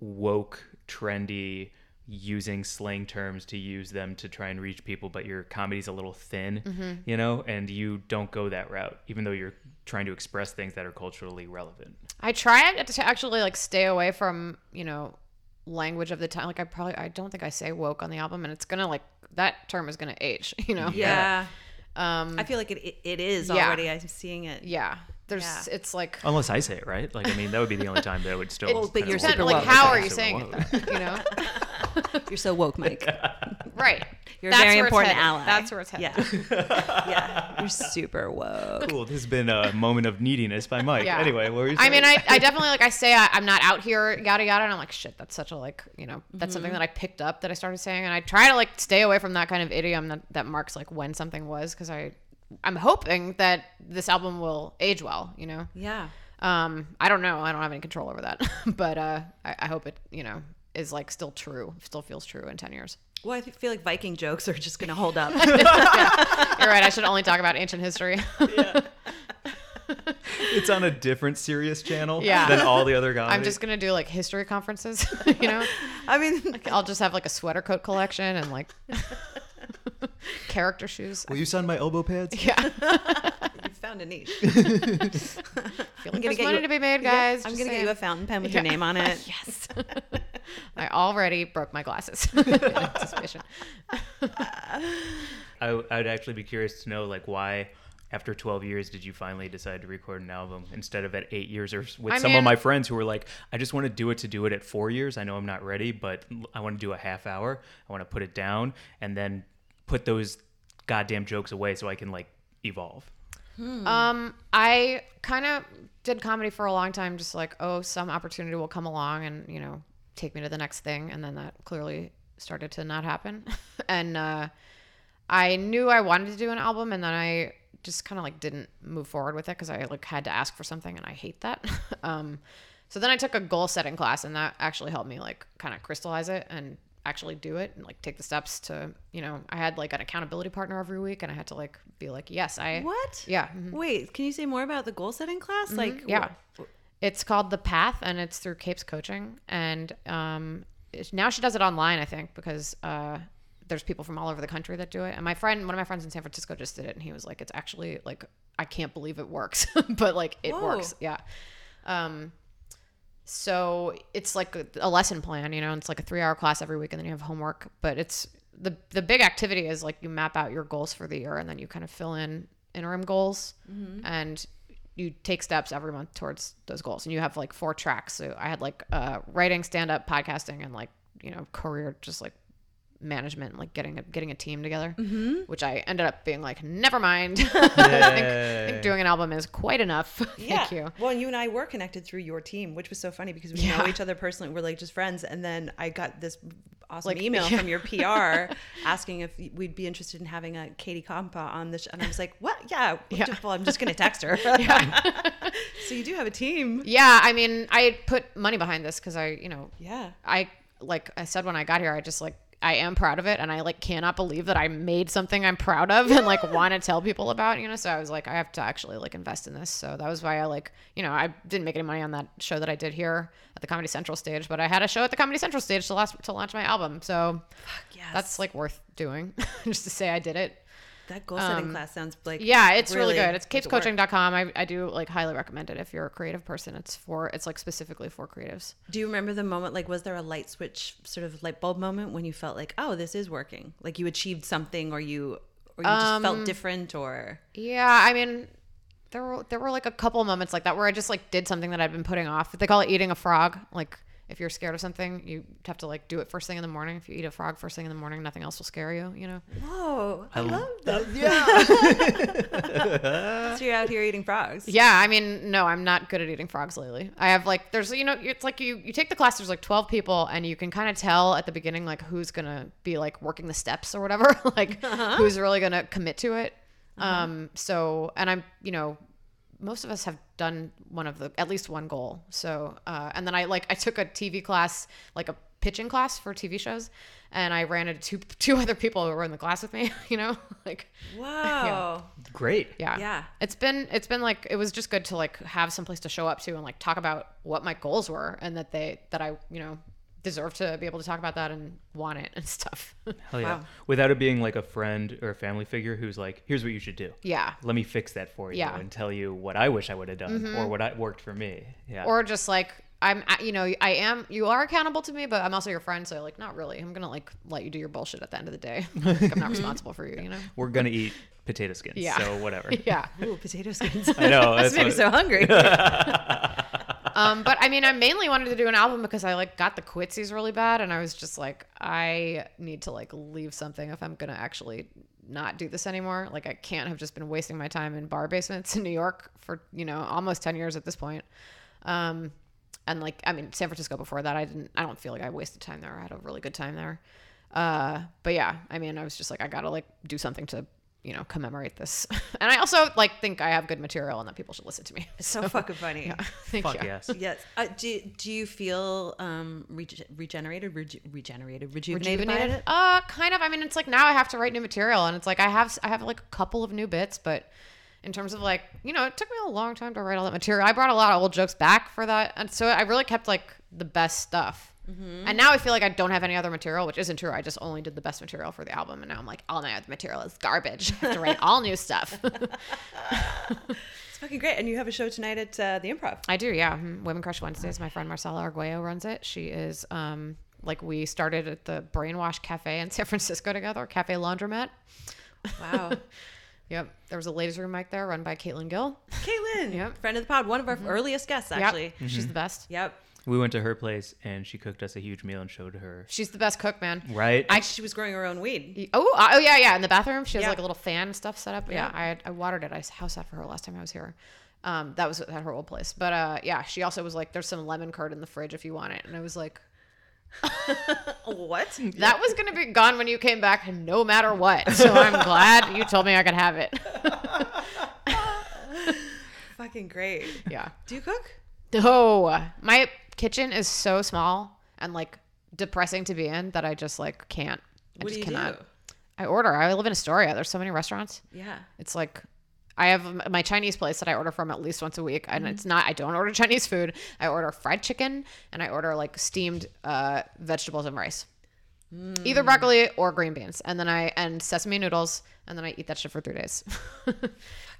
Speaker 1: woke, trendy, using slang terms to use them to try and reach people, but your comedy's a little thin,
Speaker 4: Mm-hmm.
Speaker 1: you know, and you don't go that route even though you're trying to express things that are culturally relevant.
Speaker 4: I try to to actually like stay away from you know language of the time. Like I probably I don't think I say woke on the album, and it's gonna like that term is gonna age. [laughs] You know.
Speaker 2: Yeah.
Speaker 4: Um.
Speaker 2: I feel like it, it, it is
Speaker 4: Yeah.
Speaker 2: already. I'm seeing it.
Speaker 4: Yeah. There's.
Speaker 2: Yeah.
Speaker 4: It's like.
Speaker 2: Oh,
Speaker 1: Unless I say it, right? Like I mean, that would be the only time that I would still
Speaker 2: Well, but
Speaker 1: kinda
Speaker 2: you're
Speaker 1: hold
Speaker 2: super
Speaker 1: it.
Speaker 4: like
Speaker 2: woke.
Speaker 4: how are
Speaker 1: Yeah,
Speaker 4: you
Speaker 1: super
Speaker 4: saying
Speaker 1: woke.
Speaker 4: it? though, You know.
Speaker 2: [laughs] You're so woke, [laughs] Mike.
Speaker 4: Right.
Speaker 2: You're a
Speaker 4: That's
Speaker 2: very
Speaker 4: where it's
Speaker 2: important
Speaker 4: headed.
Speaker 2: ally.
Speaker 4: That's where it's headed.
Speaker 2: Yeah. [laughs] yeah. You're super woke.
Speaker 1: Cool. This has been a moment of neediness by Mike.
Speaker 4: Yeah.
Speaker 1: Anyway, what were you
Speaker 4: I
Speaker 1: saying?
Speaker 4: mean, I, I definitely like I say I, I'm not out here yada yada, and I'm like shit. That's such a like you know that's something that I picked up that I started saying, and I try to like stay away from that kind of idiom that, that marks like when something was because I I'm hoping that this album will age well. You know,
Speaker 2: Yeah.
Speaker 4: um, I don't know, I don't have any control over that, [laughs] but uh, I, I hope it you know is like still true, still feels true in ten years.
Speaker 2: Well, I feel like Viking jokes are just going to hold [laughs] up.
Speaker 4: You're right. I should only talk about ancient history. [laughs]
Speaker 1: it's on a different serious channel
Speaker 4: Yeah.
Speaker 1: than all the other guys.
Speaker 4: [laughs] I'm just gonna do like history conferences. [laughs] you know.
Speaker 2: I [laughs] mean,
Speaker 4: I'll just have like a sweater coat collection and like [laughs] character shoes.
Speaker 1: Will you sign my elbow pads?
Speaker 4: Yeah,
Speaker 2: you found a [laughs] niche.
Speaker 4: I feel like
Speaker 2: gonna
Speaker 4: there's
Speaker 2: get
Speaker 4: money
Speaker 2: you-
Speaker 4: to be made, guys.
Speaker 2: I'm
Speaker 4: Just
Speaker 2: going to get you a
Speaker 4: saying.
Speaker 2: fountain pen with
Speaker 4: Yeah.
Speaker 2: your name on [laughs] it.
Speaker 4: yes. I already broke my glasses. [laughs] in anticipation.
Speaker 1: I, I'd actually be curious to know, like, why after 12 years did you finally decide to record an album instead of at eight years or s- with
Speaker 4: I
Speaker 1: some of
Speaker 4: mean-
Speaker 1: my friends who were like, I just want to do it to do it at four years. I know I'm not ready, but l- I want to do a half hour. I want to put it down and then put those goddamn jokes away so I can, like, evolve.
Speaker 4: Um, I kind of did comedy for a long time, just like, oh, some opportunity will come along and, you know, take me to the next thing. And then that clearly started to not happen. [laughs] and uh, I knew I wanted to do an album and then I just kind of like didn't move forward with it because I like had to ask for something and I hate that. [laughs] um, so then I took a goal setting class and that actually helped me like kind of crystallize it and actually do it and like take the steps to, you know, I had like an accountability partner every week and I had to like be like, yes, I.
Speaker 2: What?
Speaker 4: Yeah. mhm.
Speaker 2: Wait, can you say more about the goal setting class? Like,
Speaker 4: Yeah. It's called The Path and it's through Capes Coaching. And um, it- now she does it online, I think, because uh, there's people from all over the country that do it. And my friend, one of my friends in San Francisco just did it and he was like, it's actually like, I can't believe it works, [laughs] but like it
Speaker 2: Whoa.
Speaker 4: works. Yeah. Um, so it's like a, a lesson plan, you know, and it's like a three hour class every week and then you have homework, but it's the, the big activity is like you map out your goals for the year and then you kind of fill in interim goals and you take steps every month towards those goals and you have like four tracks. So I had like, uh, writing, stand up, podcasting, and like, you know, career, just like management, like getting a, getting a team together, which I ended up being like, never mind. [laughs] I, think, I think
Speaker 1: Yay.
Speaker 4: doing an album is quite enough. [laughs] Thank you.
Speaker 2: Well, and you and I were connected through your team, which was so funny because we know
Speaker 4: Yeah.
Speaker 2: each other personally. We're like just friends. And then I got this awesome
Speaker 4: Like,
Speaker 2: email
Speaker 4: yeah.
Speaker 2: from your
Speaker 4: [laughs]
Speaker 2: PR asking if we'd be interested in having a Katie Compa on the show. And I was like, what? Yeah.
Speaker 4: Yeah.
Speaker 2: Well, I'm just going to text
Speaker 4: [laughs]
Speaker 2: her. [laughs] so you do have a team.
Speaker 4: Yeah, I mean, I put money behind this because I, you know,
Speaker 2: Yeah.
Speaker 4: I like I said when I got here, I just like I am proud of it, and I like cannot believe that I made something I'm proud of and
Speaker 2: [laughs]
Speaker 4: like want to tell people about, you know. So I was like, I have to actually like invest in this. So that was why I like, you know, I didn't make any money on that show that I did here at the Comedy Central stage, but I had a show at the Comedy Central stage to last to launch my album. So
Speaker 2: Yes.
Speaker 4: that's like worth doing, [laughs] just to say I did it.
Speaker 2: that goal setting class sounds like
Speaker 4: um, Yeah, it's really, good. It's
Speaker 2: like it worked.
Speaker 4: capescoaching.com. I, I do like highly recommend it if you're a creative person. It's for it's like specifically for creatives.
Speaker 2: Do you remember the moment? Like, was there a light switch, sort of light bulb moment when you felt like, oh, this is working? Like you achieved something, or you, or you just
Speaker 4: Um,
Speaker 2: felt different, or
Speaker 4: Yeah, I mean, there were there were like a couple moments like that where I just like did something that I'd been putting off. They call it eating a frog. Like if you're scared of something, you have to like do it first thing in the morning. If you eat a frog first thing in the morning, nothing else will scare you. You know?
Speaker 2: whoa, I
Speaker 1: l-
Speaker 2: love that. Yeah. so you're out here eating frogs.
Speaker 4: Yeah, I mean, no, I'm not good at eating frogs lately. I have like there's you know it's like you you take the class. There's like 12 people, and you can kind of tell at the beginning like who's gonna be like working the steps or whatever. [laughs] like who's really gonna commit to it. Um. So and I'm you know most of us have done one of the at least one goal. So, uh, and then I like I took a TV class, like a pitching class for TV shows, and I ran into two [laughs] two other people who were in the class with me. [laughs] You know, like
Speaker 2: Wow.
Speaker 1: Great.
Speaker 4: yeah,
Speaker 2: Yeah.
Speaker 4: It's been it's been like it was just good to like have someplace to show up to and like talk about what my goals were and that they that I you know deserve to be able to talk about that and want it and [laughs] stuff.
Speaker 1: Hell yeah.
Speaker 2: Wow.
Speaker 1: Without it being like a friend or a family figure who's like, here's what you should do.
Speaker 4: yeah.
Speaker 1: Let me fix that for you
Speaker 4: Yeah. Mm-hmm.
Speaker 1: and tell you what I wish I would have done or what I, worked for me. Yeah.
Speaker 4: or just like I'm, I- you know, I am. You are accountable to me, but I'm also your friend, so like, not really. I'm gonna like let you do your bullshit at the end of the day. Like, I'm not responsible for you, you know.
Speaker 1: We're going to eat potato skins.
Speaker 4: Yeah.
Speaker 1: So whatever.
Speaker 4: [laughs] Yeah.
Speaker 2: Ooh, potato [laughs] skins.
Speaker 1: I
Speaker 4: [laughs]
Speaker 1: know. That's
Speaker 2: That's made me
Speaker 1: what-
Speaker 2: so hungry.
Speaker 4: Um, but I mean, I mainly wanted to do an album because I like got the quitsies really bad, and I was just like, I need to like leave something if I'm gonna actually not do this anymore. Like, I can't have just been wasting my time in bar basements in New York for you know almost ten years at this point. Um, and like, I mean, San Francisco before that, I didn't. I don't feel like I wasted time there. I had a really good time there. Uh, but yeah, I mean, I was just like, I gotta like do something to you know commemorate this, [laughs] and I also like think I have good material and that people should listen to me. [laughs]
Speaker 2: so fucking funny.
Speaker 4: Thank
Speaker 1: Fuck
Speaker 4: you.
Speaker 1: yes.
Speaker 2: Yes. Uh, do Do you feel um rege- regenerated, rege- regenerated, rejuvenated? by
Speaker 4: rejuvenated
Speaker 2: it?
Speaker 4: uh kind of i mean it's like now i have to write new material and it's like i have i have like a couple of new bits but in terms of like you know it took me a long time to write all that material i brought a lot of old jokes back for that and so i really kept like the best stuff and now i feel like i don't have any other material which isn't true i just only did the best material for the album and now i'm like all my other material is garbage i have to write all new stuff [laughs]
Speaker 2: It's fucking great. And you have a show tonight at uh, the Improv.
Speaker 4: I do, yeah. Mhm. Women Crush Wednesdays. My friend Marcela Arguello runs it. She is um like we started at the Brainwash Cafe in San Francisco together, Cafe Laundromat.
Speaker 2: Wow.
Speaker 4: Yep. There was a ladies' room mic there run by Caitlin Gill.
Speaker 2: [laughs] Caitlin,
Speaker 4: Yep.
Speaker 2: friend of the pod, one of our earliest guests,
Speaker 4: Yep.
Speaker 2: actually.
Speaker 4: She's the best.
Speaker 2: Yep.
Speaker 1: We went to her place and she cooked us a huge meal and showed her.
Speaker 4: She's the best cook, man.
Speaker 1: Right?
Speaker 2: I, she was growing her own weed.
Speaker 4: Oh, uh, oh yeah, yeah. In the bathroom, she has
Speaker 2: Yeah.
Speaker 4: like a little fan stuff set up. Yeah, I, I watered it. I house sat for her last time I was here. Um, that was at her old place. But uh, yeah, she also was like, "There's some lemon curd in the fridge if you want it." And I was like,
Speaker 2: What?
Speaker 4: "That was gonna be gone when you came back, no matter what." [laughs] So I'm glad you told me I could have it. [laughs]
Speaker 2: Fucking great.
Speaker 4: Yeah.
Speaker 2: Do you cook?
Speaker 4: No, my kitchen is so small and like depressing to be in that I just like can't. I
Speaker 2: What
Speaker 4: just
Speaker 2: do you
Speaker 4: cannot.
Speaker 2: do?
Speaker 4: I order. I live in Astoria. There's so many restaurants.
Speaker 2: Yeah.
Speaker 4: It's like I have m- my Chinese place that I order from at least once a week, and it's not. I don't order [laughs] Chinese food. I order fried chicken and I order like steamed uh, vegetables and rice, either broccoli or green beans, and then I and sesame noodles, and then I eat that shit for three days. [laughs]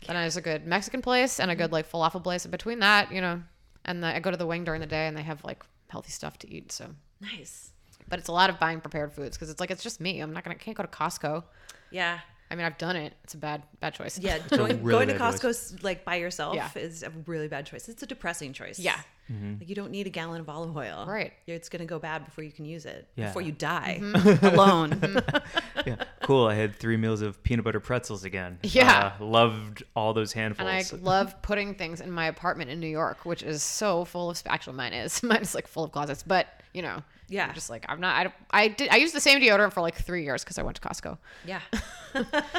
Speaker 4: Then there's a good Mexican place and a good like falafel place, and between that, you know, and the, I go to the wing during the day, and they have like healthy stuff to eat. So,
Speaker 2: Nice.
Speaker 4: but it's a lot of buying prepared foods because it's like it's just me. I'm not gonna I can't go to Costco.
Speaker 2: Yeah.
Speaker 4: I mean, I've done it. It's a bad, bad choice. [laughs]
Speaker 2: Yeah, going,
Speaker 1: really
Speaker 2: going to
Speaker 1: bad
Speaker 2: Costco like by yourself
Speaker 4: Yeah.
Speaker 2: is a really bad choice. It's a depressing choice.
Speaker 4: Yeah.
Speaker 1: Mm-hmm.
Speaker 2: Like you don't need a gallon of olive oil.
Speaker 4: Right. Mm-hmm.
Speaker 2: It's going to go bad before you can use it.
Speaker 1: Yeah.
Speaker 2: Before you die [laughs] alone.
Speaker 1: yeah. Cool. I had three meals of peanut butter pretzels again.
Speaker 4: [laughs] Yeah.
Speaker 1: Uh, loved all those
Speaker 4: And
Speaker 1: handfuls.
Speaker 4: I love putting things in my apartment in New York, which is so full of. sp- Actually, mine is. [laughs] Mine is like full of closets, but you know,
Speaker 2: Yeah.
Speaker 4: I'm just like I'm not. I, don't- I did. I used the same deodorant for like three years because I went to Costco.
Speaker 2: yeah.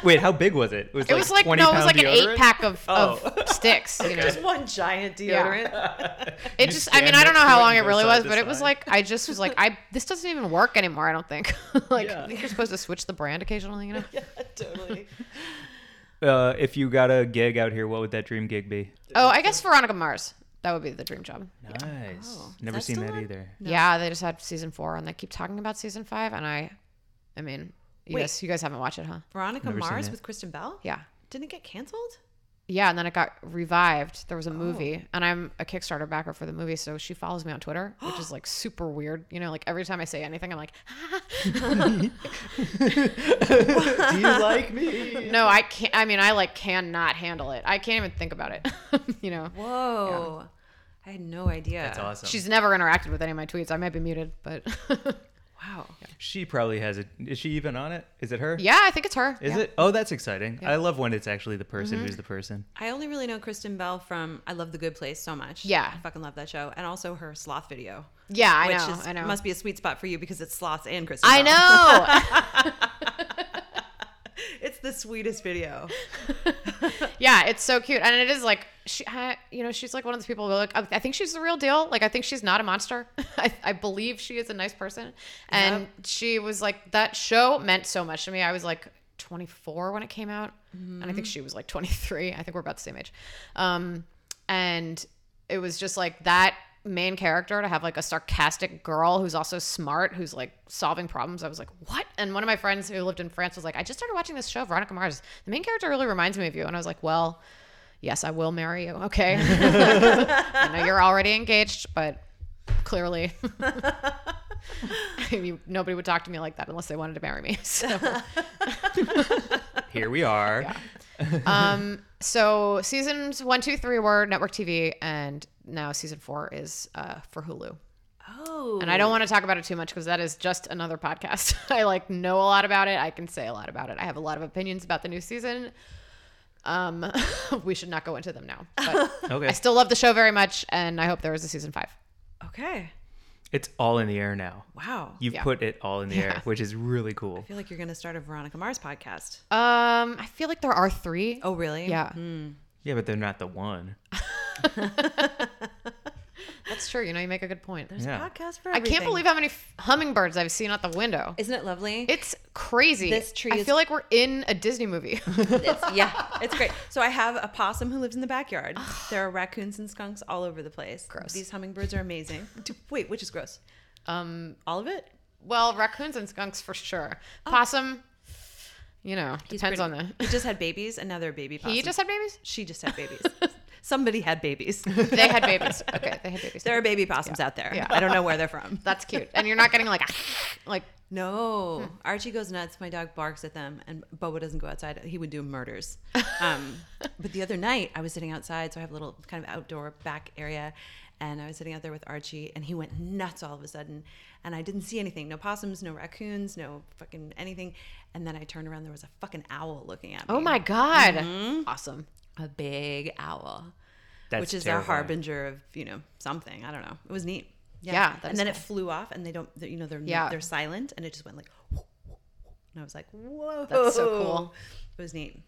Speaker 1: Wait, how big was it? It was
Speaker 4: It was like no, it was like an eight pack of,
Speaker 1: Oh.
Speaker 4: of [laughs] sticks. You know,
Speaker 2: Just one giant deodorant. [laughs]
Speaker 4: [laughs] it
Speaker 1: You
Speaker 4: just. I mean,
Speaker 1: stand
Speaker 4: I don't know
Speaker 1: next to
Speaker 4: how
Speaker 1: it
Speaker 4: long
Speaker 1: and
Speaker 4: it
Speaker 1: go
Speaker 4: really
Speaker 1: side
Speaker 4: was,
Speaker 1: to
Speaker 4: but it was
Speaker 1: side.
Speaker 4: like I just was like I. This doesn't even work anymore. I don't think. [laughs] like
Speaker 1: Yeah.
Speaker 4: I think you're supposed to switch the brand
Speaker 1: [laughs]
Speaker 4: occasionally. You know.
Speaker 2: totally.
Speaker 1: Uh, if you got a gig out here, what would that dream gig be?
Speaker 4: Oh, I guess Veronica Mars. That would be the dream job.
Speaker 1: Nice.
Speaker 2: Oh, is
Speaker 1: Never
Speaker 2: that
Speaker 1: seen
Speaker 2: still
Speaker 1: that
Speaker 2: on?
Speaker 4: [laughs]
Speaker 1: either.
Speaker 4: Yeah, they just had season four, and they keep talking about season five, and I, I mean, you
Speaker 2: Wait.
Speaker 4: guys, you guys haven't watched it, huh?
Speaker 2: Veronica
Speaker 1: Never seen
Speaker 2: Mars
Speaker 1: it.
Speaker 2: with Kristen Bell?
Speaker 4: Yeah,
Speaker 2: Didn't it get canceled?
Speaker 4: yeah, and then it got revived. There was
Speaker 2: Oh.
Speaker 4: a movie, and I'm a Kickstarter backer for the movie, so she follows me
Speaker 2: [gasps]
Speaker 4: on Twitter, which is like super weird. You know, like every time I say anything, I'm like, [laughs]
Speaker 1: Do you like me?
Speaker 4: no, I can't. I mean, I like cannot handle it. I can't even think about it. [laughs] you know,
Speaker 2: Whoa. I had no idea.
Speaker 1: That's awesome.
Speaker 4: she's never interacted with any of my tweets. I might be muted, but [laughs]
Speaker 2: Wow.
Speaker 1: she probably has it. Is she even on it? Is it her?
Speaker 4: yeah, I think it's her.
Speaker 1: Is
Speaker 4: Yeah.
Speaker 1: it? Oh, that's exciting. I love when it's actually the person
Speaker 2: Mm-hmm.
Speaker 1: who's the person.
Speaker 2: I only really know Kristen Bell from I Love the Good Place so much.
Speaker 4: Yeah.
Speaker 2: I fucking love that show. And also her sloth video.
Speaker 4: Yeah, I
Speaker 2: which
Speaker 4: know.
Speaker 2: is,
Speaker 4: I know.
Speaker 2: must be a sweet spot for you because it's sloths and Kristen
Speaker 4: I
Speaker 2: Bell. [laughs]
Speaker 4: know.
Speaker 2: It's the sweetest video.
Speaker 4: [laughs] Yeah, it's so cute, and it is like she, I- you know, she's like one of those people. Who are like, I I think she's the real deal. Like, I think she's not a monster. [laughs] I, I believe she is a nice person, and she was like that show meant so much to me. I was like 24 when it came out, and I think she was like 23. I think we're about the same age, um, and it was just like that main character to have like a sarcastic girl who's also smart who's like solving problems i was like what and one of my friends who lived in france was like i just started watching this show veronica mars the main character really reminds me of you and i was like well yes i will marry you okay i know you're already engaged but clearly [laughs] you, nobody would talk to me like that unless they wanted to marry me [laughs] so
Speaker 1: Here we are.
Speaker 4: um, so seasons one two three were network tv and now season four is uh, for hulu
Speaker 2: Oh.
Speaker 4: And I don't want to talk about it too much because that is just another podcast. [laughs] I like know a lot about it. I can say a lot about it. I have a lot of opinions about the new season. Um, [laughs] we should not go into them now. But
Speaker 1: [laughs]
Speaker 2: [laughs]
Speaker 1: Okay.
Speaker 4: I still love the show very much, and I hope there is a season five.
Speaker 2: Okay.
Speaker 1: it's all in the air now.
Speaker 2: Wow.
Speaker 1: You've
Speaker 4: Yeah.
Speaker 1: put it all in the air, which is really cool.
Speaker 2: I feel like you're going to start a Veronica Mars podcast.
Speaker 4: Um, I feel like there are three.
Speaker 2: Oh, really?
Speaker 4: yeah,
Speaker 1: Yeah, but they're not the one.
Speaker 4: that's true. You know, you make a good point.
Speaker 1: yeah.
Speaker 2: Podcast for
Speaker 4: I can't
Speaker 2: everything.
Speaker 4: believe how many f- hummingbirds I've seen out the window.
Speaker 2: Isn't it lovely?
Speaker 4: It's crazy.
Speaker 2: This tree
Speaker 4: I
Speaker 2: is-
Speaker 4: feel like we're in a
Speaker 2: [laughs]
Speaker 4: Disney movie.
Speaker 2: It's-
Speaker 4: [laughs]
Speaker 2: yeah, it's great. So I have a possum who lives in the backyard. there are raccoons and skunks all over the place.
Speaker 4: Gross.
Speaker 2: These hummingbirds are amazing. D- Wait, which is gross?
Speaker 4: um,
Speaker 2: All of it?
Speaker 4: well, raccoons and skunks for sure. Possum, you know, depends on
Speaker 2: Oh. pretty- [laughs]
Speaker 4: the.
Speaker 2: He
Speaker 4: [laughs]
Speaker 2: just had babies. Another baby possum.
Speaker 4: He just had babies?
Speaker 2: She just
Speaker 4: [laughs]
Speaker 2: had babies. Somebody had babies.
Speaker 4: They had babies. Okay, they had babies.
Speaker 2: there are baby possums out there.
Speaker 4: Yeah.
Speaker 2: I don't know where they're from.
Speaker 4: [laughs] That's cute. And you're not getting like, a, [laughs] like,
Speaker 2: No, Archie goes nuts. My dog barks at them, and Boba doesn't go outside. He would do murders. Um, but the other night, I was sitting outside, so I have a little kind of outdoor back area, and I was sitting out there with Archie, and he went nuts all of a sudden, and I didn't see anything—no possums, no raccoons, no fucking anything—and then I turned around, there was a fucking owl looking at me.
Speaker 4: oh my god, Mm-hmm. awesome.
Speaker 2: A big owl,
Speaker 1: That's
Speaker 2: which is
Speaker 1: terrifying.
Speaker 2: a harbinger of you know something. I don't know. It was neat.
Speaker 4: Yeah, that
Speaker 2: and
Speaker 4: is
Speaker 2: then it flew off, and they don't. they- You know, they're
Speaker 4: Yeah.
Speaker 2: they're silent, and it just went like. And I was like, whoa,
Speaker 4: That's so cool.
Speaker 2: It was neat.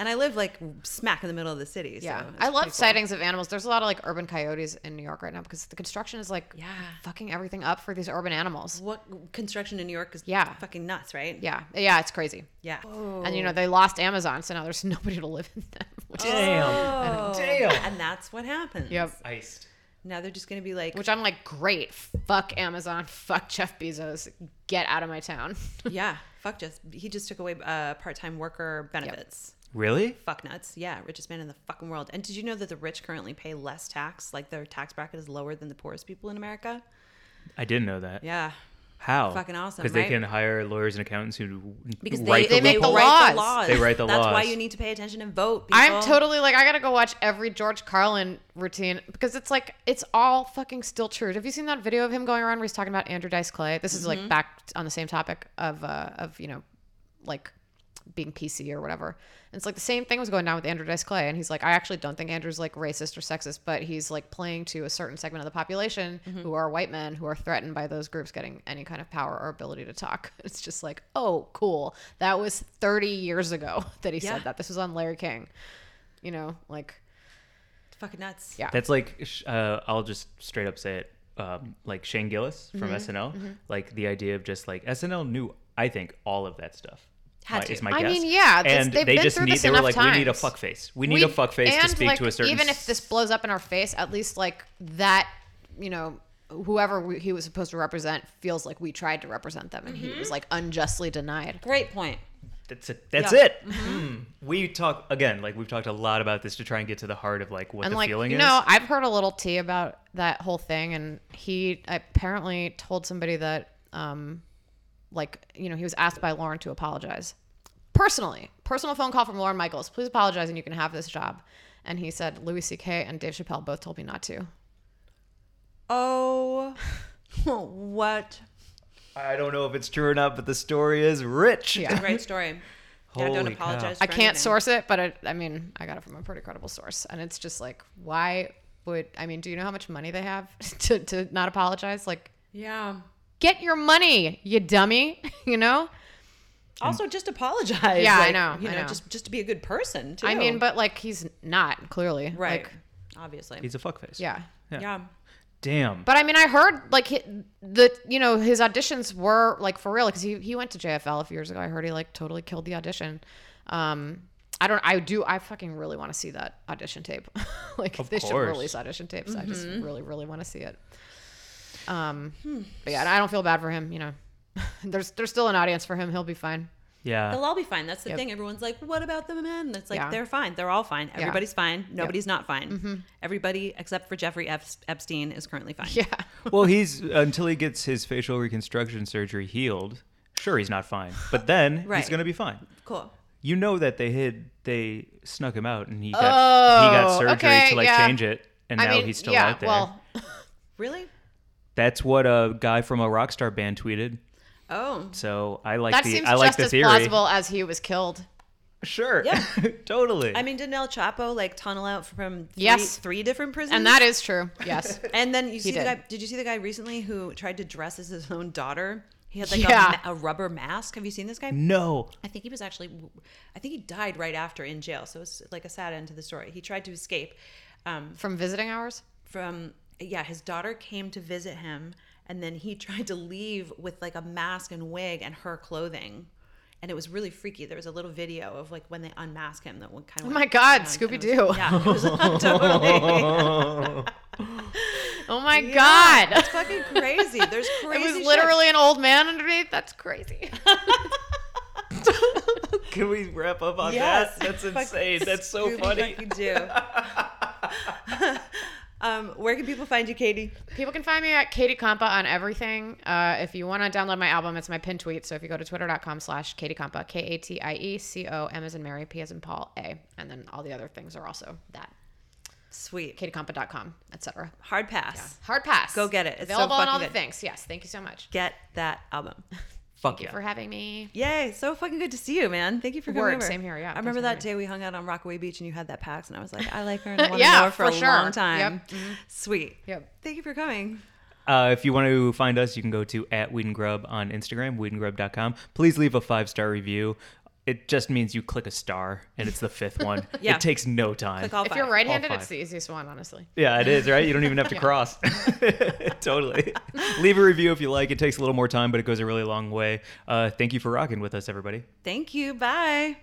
Speaker 2: And I live like smack in the middle of the city.
Speaker 4: Yeah,
Speaker 2: so it's
Speaker 4: I love
Speaker 2: pretty cool.
Speaker 4: sightings of animals. There's a lot of like urban coyotes in New York right now because the construction is like,
Speaker 2: Yeah.
Speaker 4: fucking everything up for these urban animals.
Speaker 2: What construction in New York is
Speaker 4: Yeah.
Speaker 2: fucking nuts, right?
Speaker 4: Yeah, yeah, it's crazy.
Speaker 2: yeah.
Speaker 4: And you know they lost Amazon, so now there's [laughs] nobody to live in them. [laughs] Which,
Speaker 1: Damn.
Speaker 2: Oh,
Speaker 1: Damn.
Speaker 2: And that's what happens.
Speaker 4: yep.
Speaker 1: Iced.
Speaker 2: Now they're just gonna be like,
Speaker 4: Which I'm like, great. Fuck Amazon. Fuck Jeff Bezos. Get out of my town. [laughs]
Speaker 2: yeah, fuck just he just took away uh, part-time worker benefits.
Speaker 1: Really?
Speaker 2: fuck nuts. Yeah, richest man in the fucking world. And did you know that the rich currently pay less tax? Like their tax bracket is lower than the poorest people in America.
Speaker 1: I didn't know that.
Speaker 2: Yeah,
Speaker 1: How?
Speaker 2: Fucking awesome,
Speaker 1: Because
Speaker 2: right?
Speaker 1: they can hire lawyers and accountants who
Speaker 2: because they,
Speaker 1: write
Speaker 2: they
Speaker 1: the
Speaker 2: make the
Speaker 1: law.
Speaker 2: laws.
Speaker 1: They write the
Speaker 2: That's why
Speaker 1: laws.
Speaker 2: you need to pay attention and vote. People.
Speaker 4: I'm totally like I gotta go watch every George Carlin routine because it's like it's all fucking still true. Have you seen that video of him going around where he's talking about Andrew Dice Clay? This is like back on the same topic of uh of you know like being PC or whatever. And it's like the same thing was going down with Andrew Dice Clay, and he's like, I actually don't think Andrew's like racist or sexist, but he's like playing to a certain segment of the population
Speaker 1: Mm-hmm.
Speaker 4: who are white men who are threatened by those groups getting any kind of power or ability to talk. [laughs] It's just like, oh, cool. That was 30 years ago [laughs] that he
Speaker 2: Yeah.
Speaker 4: said that. This was on Larry King. You know, like
Speaker 2: It's fucking nuts.
Speaker 4: Yeah.
Speaker 1: That's like sh- uh, I'll just straight up say it. Um, like Shane Gillis
Speaker 4: Mm-hmm.
Speaker 1: from SNL, like the idea of just like SNL knew, I think, all of that stuff.
Speaker 2: Had
Speaker 1: my-
Speaker 2: to.
Speaker 1: is my
Speaker 4: I
Speaker 1: guess.
Speaker 4: mean, yeah, that's-
Speaker 1: and
Speaker 4: they've
Speaker 1: they
Speaker 4: been
Speaker 1: just
Speaker 4: through
Speaker 1: need.
Speaker 4: this
Speaker 1: They were
Speaker 4: enough
Speaker 1: like, we need a
Speaker 4: times.
Speaker 1: fuckface. We need
Speaker 4: We-
Speaker 1: a fuckface to
Speaker 4: and,
Speaker 1: speak
Speaker 4: like,
Speaker 1: to a certain.
Speaker 4: Even if this blows up in our face, at least like that, you know, whoever we, he was supposed to represent feels like we tried to represent them, and
Speaker 1: Mm-hmm.
Speaker 4: he was like unjustly denied.
Speaker 2: Great point.
Speaker 1: That's it. That's
Speaker 2: Yeah.
Speaker 1: it.
Speaker 4: Mm-hmm.
Speaker 1: Hmm. We talk again, like we've talked a lot about this to try and get to the heart of like what
Speaker 4: and
Speaker 1: the
Speaker 4: like
Speaker 1: feeling
Speaker 4: you
Speaker 1: is.
Speaker 4: know, I've heard a little tea about that whole thing, and he apparently told somebody that, um, like you know, he was asked by Lauren to apologize personally. Personal phone call from Lauren Michaels. Please apologize, and you can have this job. And he said, Louis C.K. and Dave Chappelle both told me not to.
Speaker 2: Oh, [laughs] what
Speaker 1: I don't know if it's true or not, but the story is rich.
Speaker 4: Yeah.
Speaker 2: a great story. yeah, don't
Speaker 1: Holy cow.
Speaker 2: apologize.
Speaker 4: I
Speaker 2: for
Speaker 4: can't
Speaker 2: anything.
Speaker 4: source it, but I, I mean, I got it from a pretty credible source. And it's just like, why would, I mean, do you know how much money they have [laughs] to, to not apologize? Like,
Speaker 2: Yeah.
Speaker 4: get your money, you dummy, [laughs] you know?
Speaker 2: Also, just apologize.
Speaker 4: Yeah, I
Speaker 2: like,
Speaker 4: know,
Speaker 2: You
Speaker 4: I
Speaker 2: know,
Speaker 4: know.
Speaker 2: just just to be a good person. Too.
Speaker 4: I mean, but like, he's not, clearly.
Speaker 2: right,
Speaker 4: Like,
Speaker 2: obviously.
Speaker 1: He's a fuckface.
Speaker 4: yeah.
Speaker 1: yeah.
Speaker 2: yeah.
Speaker 1: Damn.
Speaker 4: But I mean, I heard like hi- the you know his auditions were like for real because he he went to JFL a few years ago. I heard he like totally killed the audition. Um, I don't. I do. I fucking really want to see that audition tape. [laughs] like
Speaker 1: Of
Speaker 4: they should
Speaker 1: course.
Speaker 4: release audition tapes. I just really really want to see it. Um, but yeah, and I don't feel bad for him. You know, [laughs] there's there's still an audience for him. He'll be fine.
Speaker 1: yeah.
Speaker 2: They'll all be fine. That's the thing. Everyone's like, "What about the men?" That's like
Speaker 4: Yeah. Mm-hmm.
Speaker 2: they're fine. They're all fine. Everybody's fine. Nobody's not fine. Everybody except for Jeffrey Ep- Epstein is currently fine.
Speaker 4: Yeah.
Speaker 1: well, he's until he gets his facial reconstruction surgery healed. Sure, he's not fine, but then he's
Speaker 2: Right.
Speaker 1: gonna be fine.
Speaker 2: Cool.
Speaker 1: You know that they hid, they snuck him out, and he got he got
Speaker 4: Oh,
Speaker 1: surgery
Speaker 4: okay,
Speaker 1: to like
Speaker 4: yeah.
Speaker 1: change it, and
Speaker 4: I
Speaker 1: now
Speaker 4: mean,
Speaker 1: he's still
Speaker 4: yeah.
Speaker 1: out there.
Speaker 4: Well,
Speaker 2: Really?
Speaker 1: That's what a guy from a rock star band tweeted.
Speaker 2: Oh,
Speaker 1: So I like
Speaker 4: that
Speaker 1: the
Speaker 4: seems
Speaker 1: I like
Speaker 4: just
Speaker 1: the
Speaker 4: as
Speaker 1: theory.
Speaker 4: plausible as he was killed.
Speaker 1: Sure.
Speaker 2: Yeah.
Speaker 1: [laughs] totally.
Speaker 2: I mean, didn't El Chapo like tunnel out from three,
Speaker 4: Yes.
Speaker 2: three different prisons?
Speaker 4: And that is true. Yes.
Speaker 2: And then you see the
Speaker 4: did.
Speaker 2: guy. Did you see the guy recently who tried to dress as his own daughter? He had like a
Speaker 4: Yeah.
Speaker 2: ma- a, rubber mask. Have you seen this guy?
Speaker 1: no.
Speaker 2: I think he was actually, I think he died right after in jail. So it's like a sad end to the story. He tried to escape um,
Speaker 4: From visiting hours.
Speaker 2: from, yeah, his daughter came to visit him, and then he [laughs] tried to leave with like a mask and wig and her clothing. And it was really freaky. There was a little video of like when they unmask him that one kind of.
Speaker 4: Oh my God, Scooby Doo.
Speaker 2: Yeah,
Speaker 1: [laughs]
Speaker 2: it was totally.
Speaker 4: Oh my God.
Speaker 2: That's fucking crazy. There's
Speaker 4: [laughs] It
Speaker 2: crazy.
Speaker 4: was
Speaker 2: shit.
Speaker 4: literally an old man underneath. That's crazy. [laughs]
Speaker 1: Can we wrap up on
Speaker 2: Yes.
Speaker 1: that? That's
Speaker 2: Fuck
Speaker 1: insane. That's so
Speaker 2: Scooby
Speaker 1: funny.
Speaker 2: fucking Doo. [laughs] um, where can people find you, Katie?
Speaker 4: People can find me at Katie Compa on everything. Uh, if you want to download my album, it's my pinned tweet. So if you go to twitter.com slash Katie Compa, K A T I E C O M as in Mary, P as in Paul, A. And then all the other things are also that.
Speaker 2: Sweet.
Speaker 4: KatieCompa.com, etc.
Speaker 2: Hard pass.
Speaker 4: Hard pass.
Speaker 2: Go get it. It's so
Speaker 4: Available on
Speaker 2: fucking
Speaker 4: all the
Speaker 2: good.
Speaker 4: things. Yes. Thank you so much
Speaker 2: Get that album.
Speaker 1: Fuck
Speaker 4: for having me.
Speaker 2: Yay, so fucking good to see you, man. Thank you for coming
Speaker 4: Word,
Speaker 2: over.
Speaker 4: same here, yeah,
Speaker 2: I remember that
Speaker 4: thanks
Speaker 2: day we hung out on Rockaway Beach and you had that Pax, and I was like, I like her
Speaker 4: [laughs]
Speaker 2: and I want to
Speaker 4: Yeah,
Speaker 2: know her for,
Speaker 4: for
Speaker 2: a
Speaker 4: sure.
Speaker 2: long time.
Speaker 4: Yep. Mm-hmm.
Speaker 2: Sweet.
Speaker 4: Yep.
Speaker 2: Thank you for coming.
Speaker 1: Uh, if you want to find us, you can go to at Weed and Grub on Instagram, weedandgrub.com. Please leave a five star review. It just means you click a star and it's the fifth one.
Speaker 2: [laughs] Yeah.
Speaker 1: It takes no time.
Speaker 2: Click all
Speaker 4: If
Speaker 2: five.
Speaker 4: you're right handed,
Speaker 1: All
Speaker 4: it's
Speaker 1: five.
Speaker 4: the easiest one, honestly.
Speaker 1: yeah, it is, right? You don't even
Speaker 2: [laughs]
Speaker 1: have to cross. [laughs] totally. leave a review if you like. It takes a little more time, but it goes a really long way. Uh, thank you for rocking with us, everybody.
Speaker 2: Thank you. Bye.